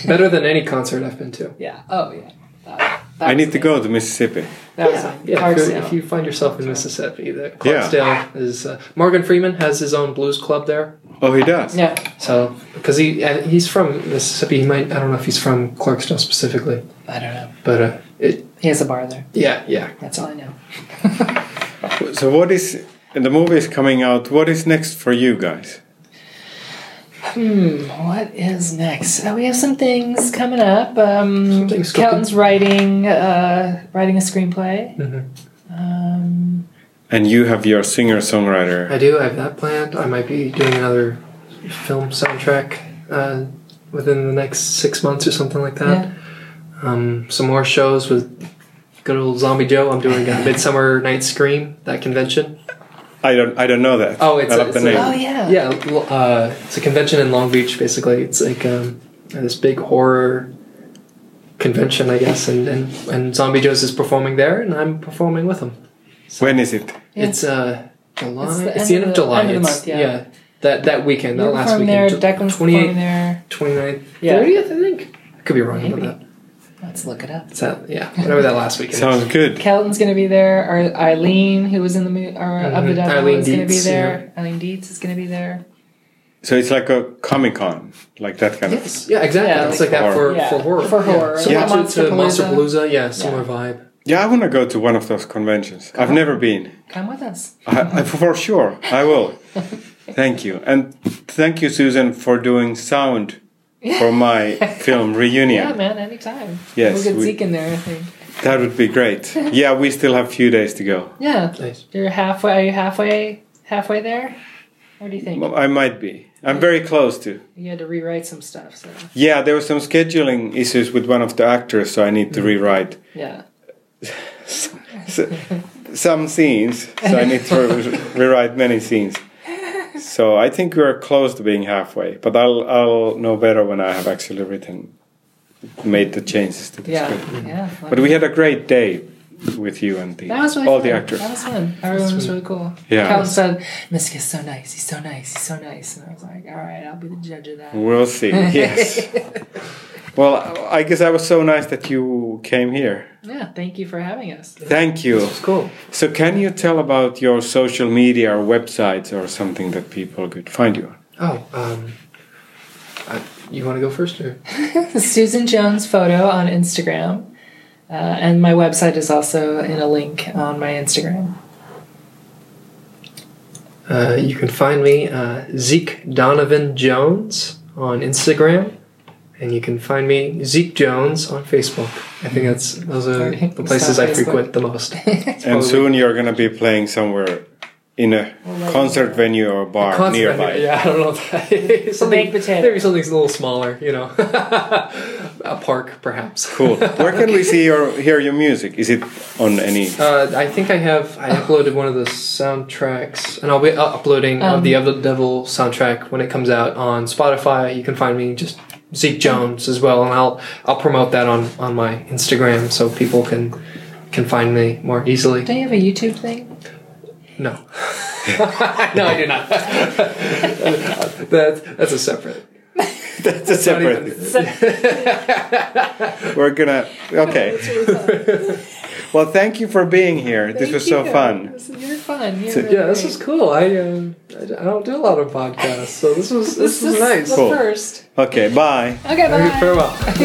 [SPEAKER 3] Better than any concert I've been to.
[SPEAKER 2] Yeah. Oh yeah. That, that
[SPEAKER 1] I
[SPEAKER 2] was
[SPEAKER 1] need to
[SPEAKER 2] amazing.
[SPEAKER 1] go to Mississippi.
[SPEAKER 2] That was
[SPEAKER 3] Yeah,
[SPEAKER 2] amazing.
[SPEAKER 3] yeah, if, you're-
[SPEAKER 2] Clarksdale.
[SPEAKER 3] if you find yourself in Mississippi, the Clarksdale is uh, Morgan Freeman has his own blues club there.
[SPEAKER 1] Oh, he does.
[SPEAKER 2] yeah.
[SPEAKER 3] So because he and he's from Mississippi, he might I don't know if he's from Clarksdale specifically,
[SPEAKER 2] I don't know.
[SPEAKER 3] but uh, it
[SPEAKER 2] He has a bar there.
[SPEAKER 3] yeah yeah
[SPEAKER 2] That's all I know.
[SPEAKER 1] So what is the movie is coming out? What is next for you guys?
[SPEAKER 2] Hmm, what is next? Uh, we have some things coming up. Um,
[SPEAKER 3] Some things cooking.
[SPEAKER 2] Kelton's writing, uh, writing a screenplay.
[SPEAKER 3] Mhm.
[SPEAKER 2] Um,
[SPEAKER 1] And you have your singer songwriter.
[SPEAKER 3] I do. I have that planned. I might be doing another film soundtrack uh, within the next six months or something like that. Um, some more shows with good old Zombie Joe. I'm doing a Midsummer Night Scream that convention.
[SPEAKER 1] I don't. I don't know that.
[SPEAKER 3] Oh, it's
[SPEAKER 1] I
[SPEAKER 3] a-
[SPEAKER 1] love the
[SPEAKER 3] it's a-
[SPEAKER 1] name.
[SPEAKER 2] oh yeah.
[SPEAKER 3] Yeah, l- uh, it's a convention in Long Beach. Basically, it's like um, this big horror convention, I guess. And, and and Zombie Joe's is performing there, and I'm performing with him.
[SPEAKER 1] When is it?
[SPEAKER 2] Yeah.
[SPEAKER 3] It's uh July.
[SPEAKER 2] It's
[SPEAKER 3] It's
[SPEAKER 2] the
[SPEAKER 3] the,
[SPEAKER 2] end
[SPEAKER 3] end
[SPEAKER 2] of
[SPEAKER 3] of,
[SPEAKER 2] the-
[SPEAKER 3] July.
[SPEAKER 2] end of the
[SPEAKER 3] It's-
[SPEAKER 2] month, yeah.
[SPEAKER 3] That that weekend, that
[SPEAKER 2] You're
[SPEAKER 3] last
[SPEAKER 2] from there.
[SPEAKER 3] weekend.
[SPEAKER 2] Declan's from
[SPEAKER 3] 28th,
[SPEAKER 2] there.
[SPEAKER 3] 29th,
[SPEAKER 2] Yeah.
[SPEAKER 3] 30th, I think. Could be wrong about
[SPEAKER 2] Maybe.
[SPEAKER 3] that.
[SPEAKER 2] Let's look it up.
[SPEAKER 3] It's that yeah, whatever that last weekend.
[SPEAKER 1] Sounds
[SPEAKER 3] is.
[SPEAKER 1] good.
[SPEAKER 2] Kelton's gonna be there. Or Eileen, who was in the movie, or of the
[SPEAKER 3] Mhm.
[SPEAKER 2] Devil,
[SPEAKER 3] Eileen
[SPEAKER 2] is gonna be
[SPEAKER 3] Dietz,
[SPEAKER 2] there. Eileen Dietz is gonna be there.
[SPEAKER 1] So it's like a comic con, like that kind of.
[SPEAKER 3] Yes. Yeah, exactly.
[SPEAKER 2] Yeah,
[SPEAKER 3] it's like, that for,
[SPEAKER 2] horror.
[SPEAKER 3] for horror.
[SPEAKER 2] For horror.
[SPEAKER 3] Yeah. Similar
[SPEAKER 2] Yeah.
[SPEAKER 3] to, to Monster
[SPEAKER 2] Monsterpalooza.
[SPEAKER 3] Palooza, yeah, similar vibe.
[SPEAKER 1] Yeah, I want to go to one of those conventions. I've never been.
[SPEAKER 2] Come with us.
[SPEAKER 1] I, I, for sure, I will. Thank you, and thank you, Susan, for doing sound for my film
[SPEAKER 2] Yeah,
[SPEAKER 1] reunion.
[SPEAKER 2] man. Anytime.
[SPEAKER 1] Yes,
[SPEAKER 2] We'll get
[SPEAKER 1] we-
[SPEAKER 2] Zeke in there. I think.
[SPEAKER 1] that would be great. Yeah, we still have a few days to go.
[SPEAKER 2] Yeah.
[SPEAKER 3] Nice.
[SPEAKER 2] You're halfway. Are you halfway? Halfway there? What do you think?
[SPEAKER 1] I might be. I'm very close to.
[SPEAKER 2] You had to rewrite some stuff, so
[SPEAKER 1] Yeah, there were some scheduling issues with one of the actors, so I need
[SPEAKER 3] Mm.
[SPEAKER 1] to rewrite
[SPEAKER 2] yeah.
[SPEAKER 1] s- some scenes. So I need to re- rewrite many scenes. So I think we're close to being halfway, but I'll I'll know better when I have actually written, made the changes to the
[SPEAKER 2] Yeah.
[SPEAKER 1] script.
[SPEAKER 2] Yeah.
[SPEAKER 1] But we had a great day with you and the
[SPEAKER 2] that was really
[SPEAKER 1] all
[SPEAKER 2] fun.
[SPEAKER 1] the actors.
[SPEAKER 2] That was fun. Everyone was really cool.
[SPEAKER 1] Yeah.
[SPEAKER 2] Calvin said, Mystic is so nice, he's so nice, he's so nice. And I was like, All right, I'll be the judge of that.
[SPEAKER 1] We'll see. Yes. well, I guess I was so nice that you came here.
[SPEAKER 2] Yeah, thank you for having us.
[SPEAKER 1] Thank you.
[SPEAKER 3] It's cool.
[SPEAKER 1] So, can you tell about your social media or websites or something that people could find you? on?
[SPEAKER 3] Oh, um I, you wanna go first or
[SPEAKER 2] Susan Jones photo on Instagram. Uh, and my website is also in a link on my Instagram.
[SPEAKER 3] Uh, you can find me uh, Zeke Donovan Jones on Instagram, And you can find me Zeke Jones on Facebook. I think that's those are
[SPEAKER 2] Sorry,
[SPEAKER 3] the places
[SPEAKER 2] stop
[SPEAKER 3] I
[SPEAKER 2] Facebook.
[SPEAKER 3] frequent the most.
[SPEAKER 1] And
[SPEAKER 3] Probably-
[SPEAKER 1] soon you're going to be playing somewhere in
[SPEAKER 3] Oh
[SPEAKER 1] a concert venue or bar
[SPEAKER 3] Concert
[SPEAKER 1] nearby.
[SPEAKER 3] venue, Yeah, I don't know. If that is. something,
[SPEAKER 2] baked potato.
[SPEAKER 3] Maybe something's a little smaller, you know. a park, perhaps.
[SPEAKER 1] Cool. Where can we see your hear your music? Is it on any?
[SPEAKER 3] Uh, I think I have I uploaded one of the soundtracks, and I'll be uh, uploading uh, the
[SPEAKER 2] Um.
[SPEAKER 3] Other Devil soundtrack when it comes out on Spotify. You can find me just Zeke Jones as well, and I'll I'll promote that on on my Instagram so people can can find me more easily.
[SPEAKER 2] Don't you have a YouTube thing?
[SPEAKER 3] No, no, I do not. that that's a separate.
[SPEAKER 1] That's a separate. We're gonna. Okay. Well, thank you for being here. this was so fun.
[SPEAKER 2] You're fun. You're
[SPEAKER 3] Yeah, this was cool. I um, I I don't do a lot of podcasts, so this was this, was nice.
[SPEAKER 2] The
[SPEAKER 1] Cool.
[SPEAKER 2] first.
[SPEAKER 1] Okay. Bye.
[SPEAKER 2] Okay, bye.
[SPEAKER 3] Farewell.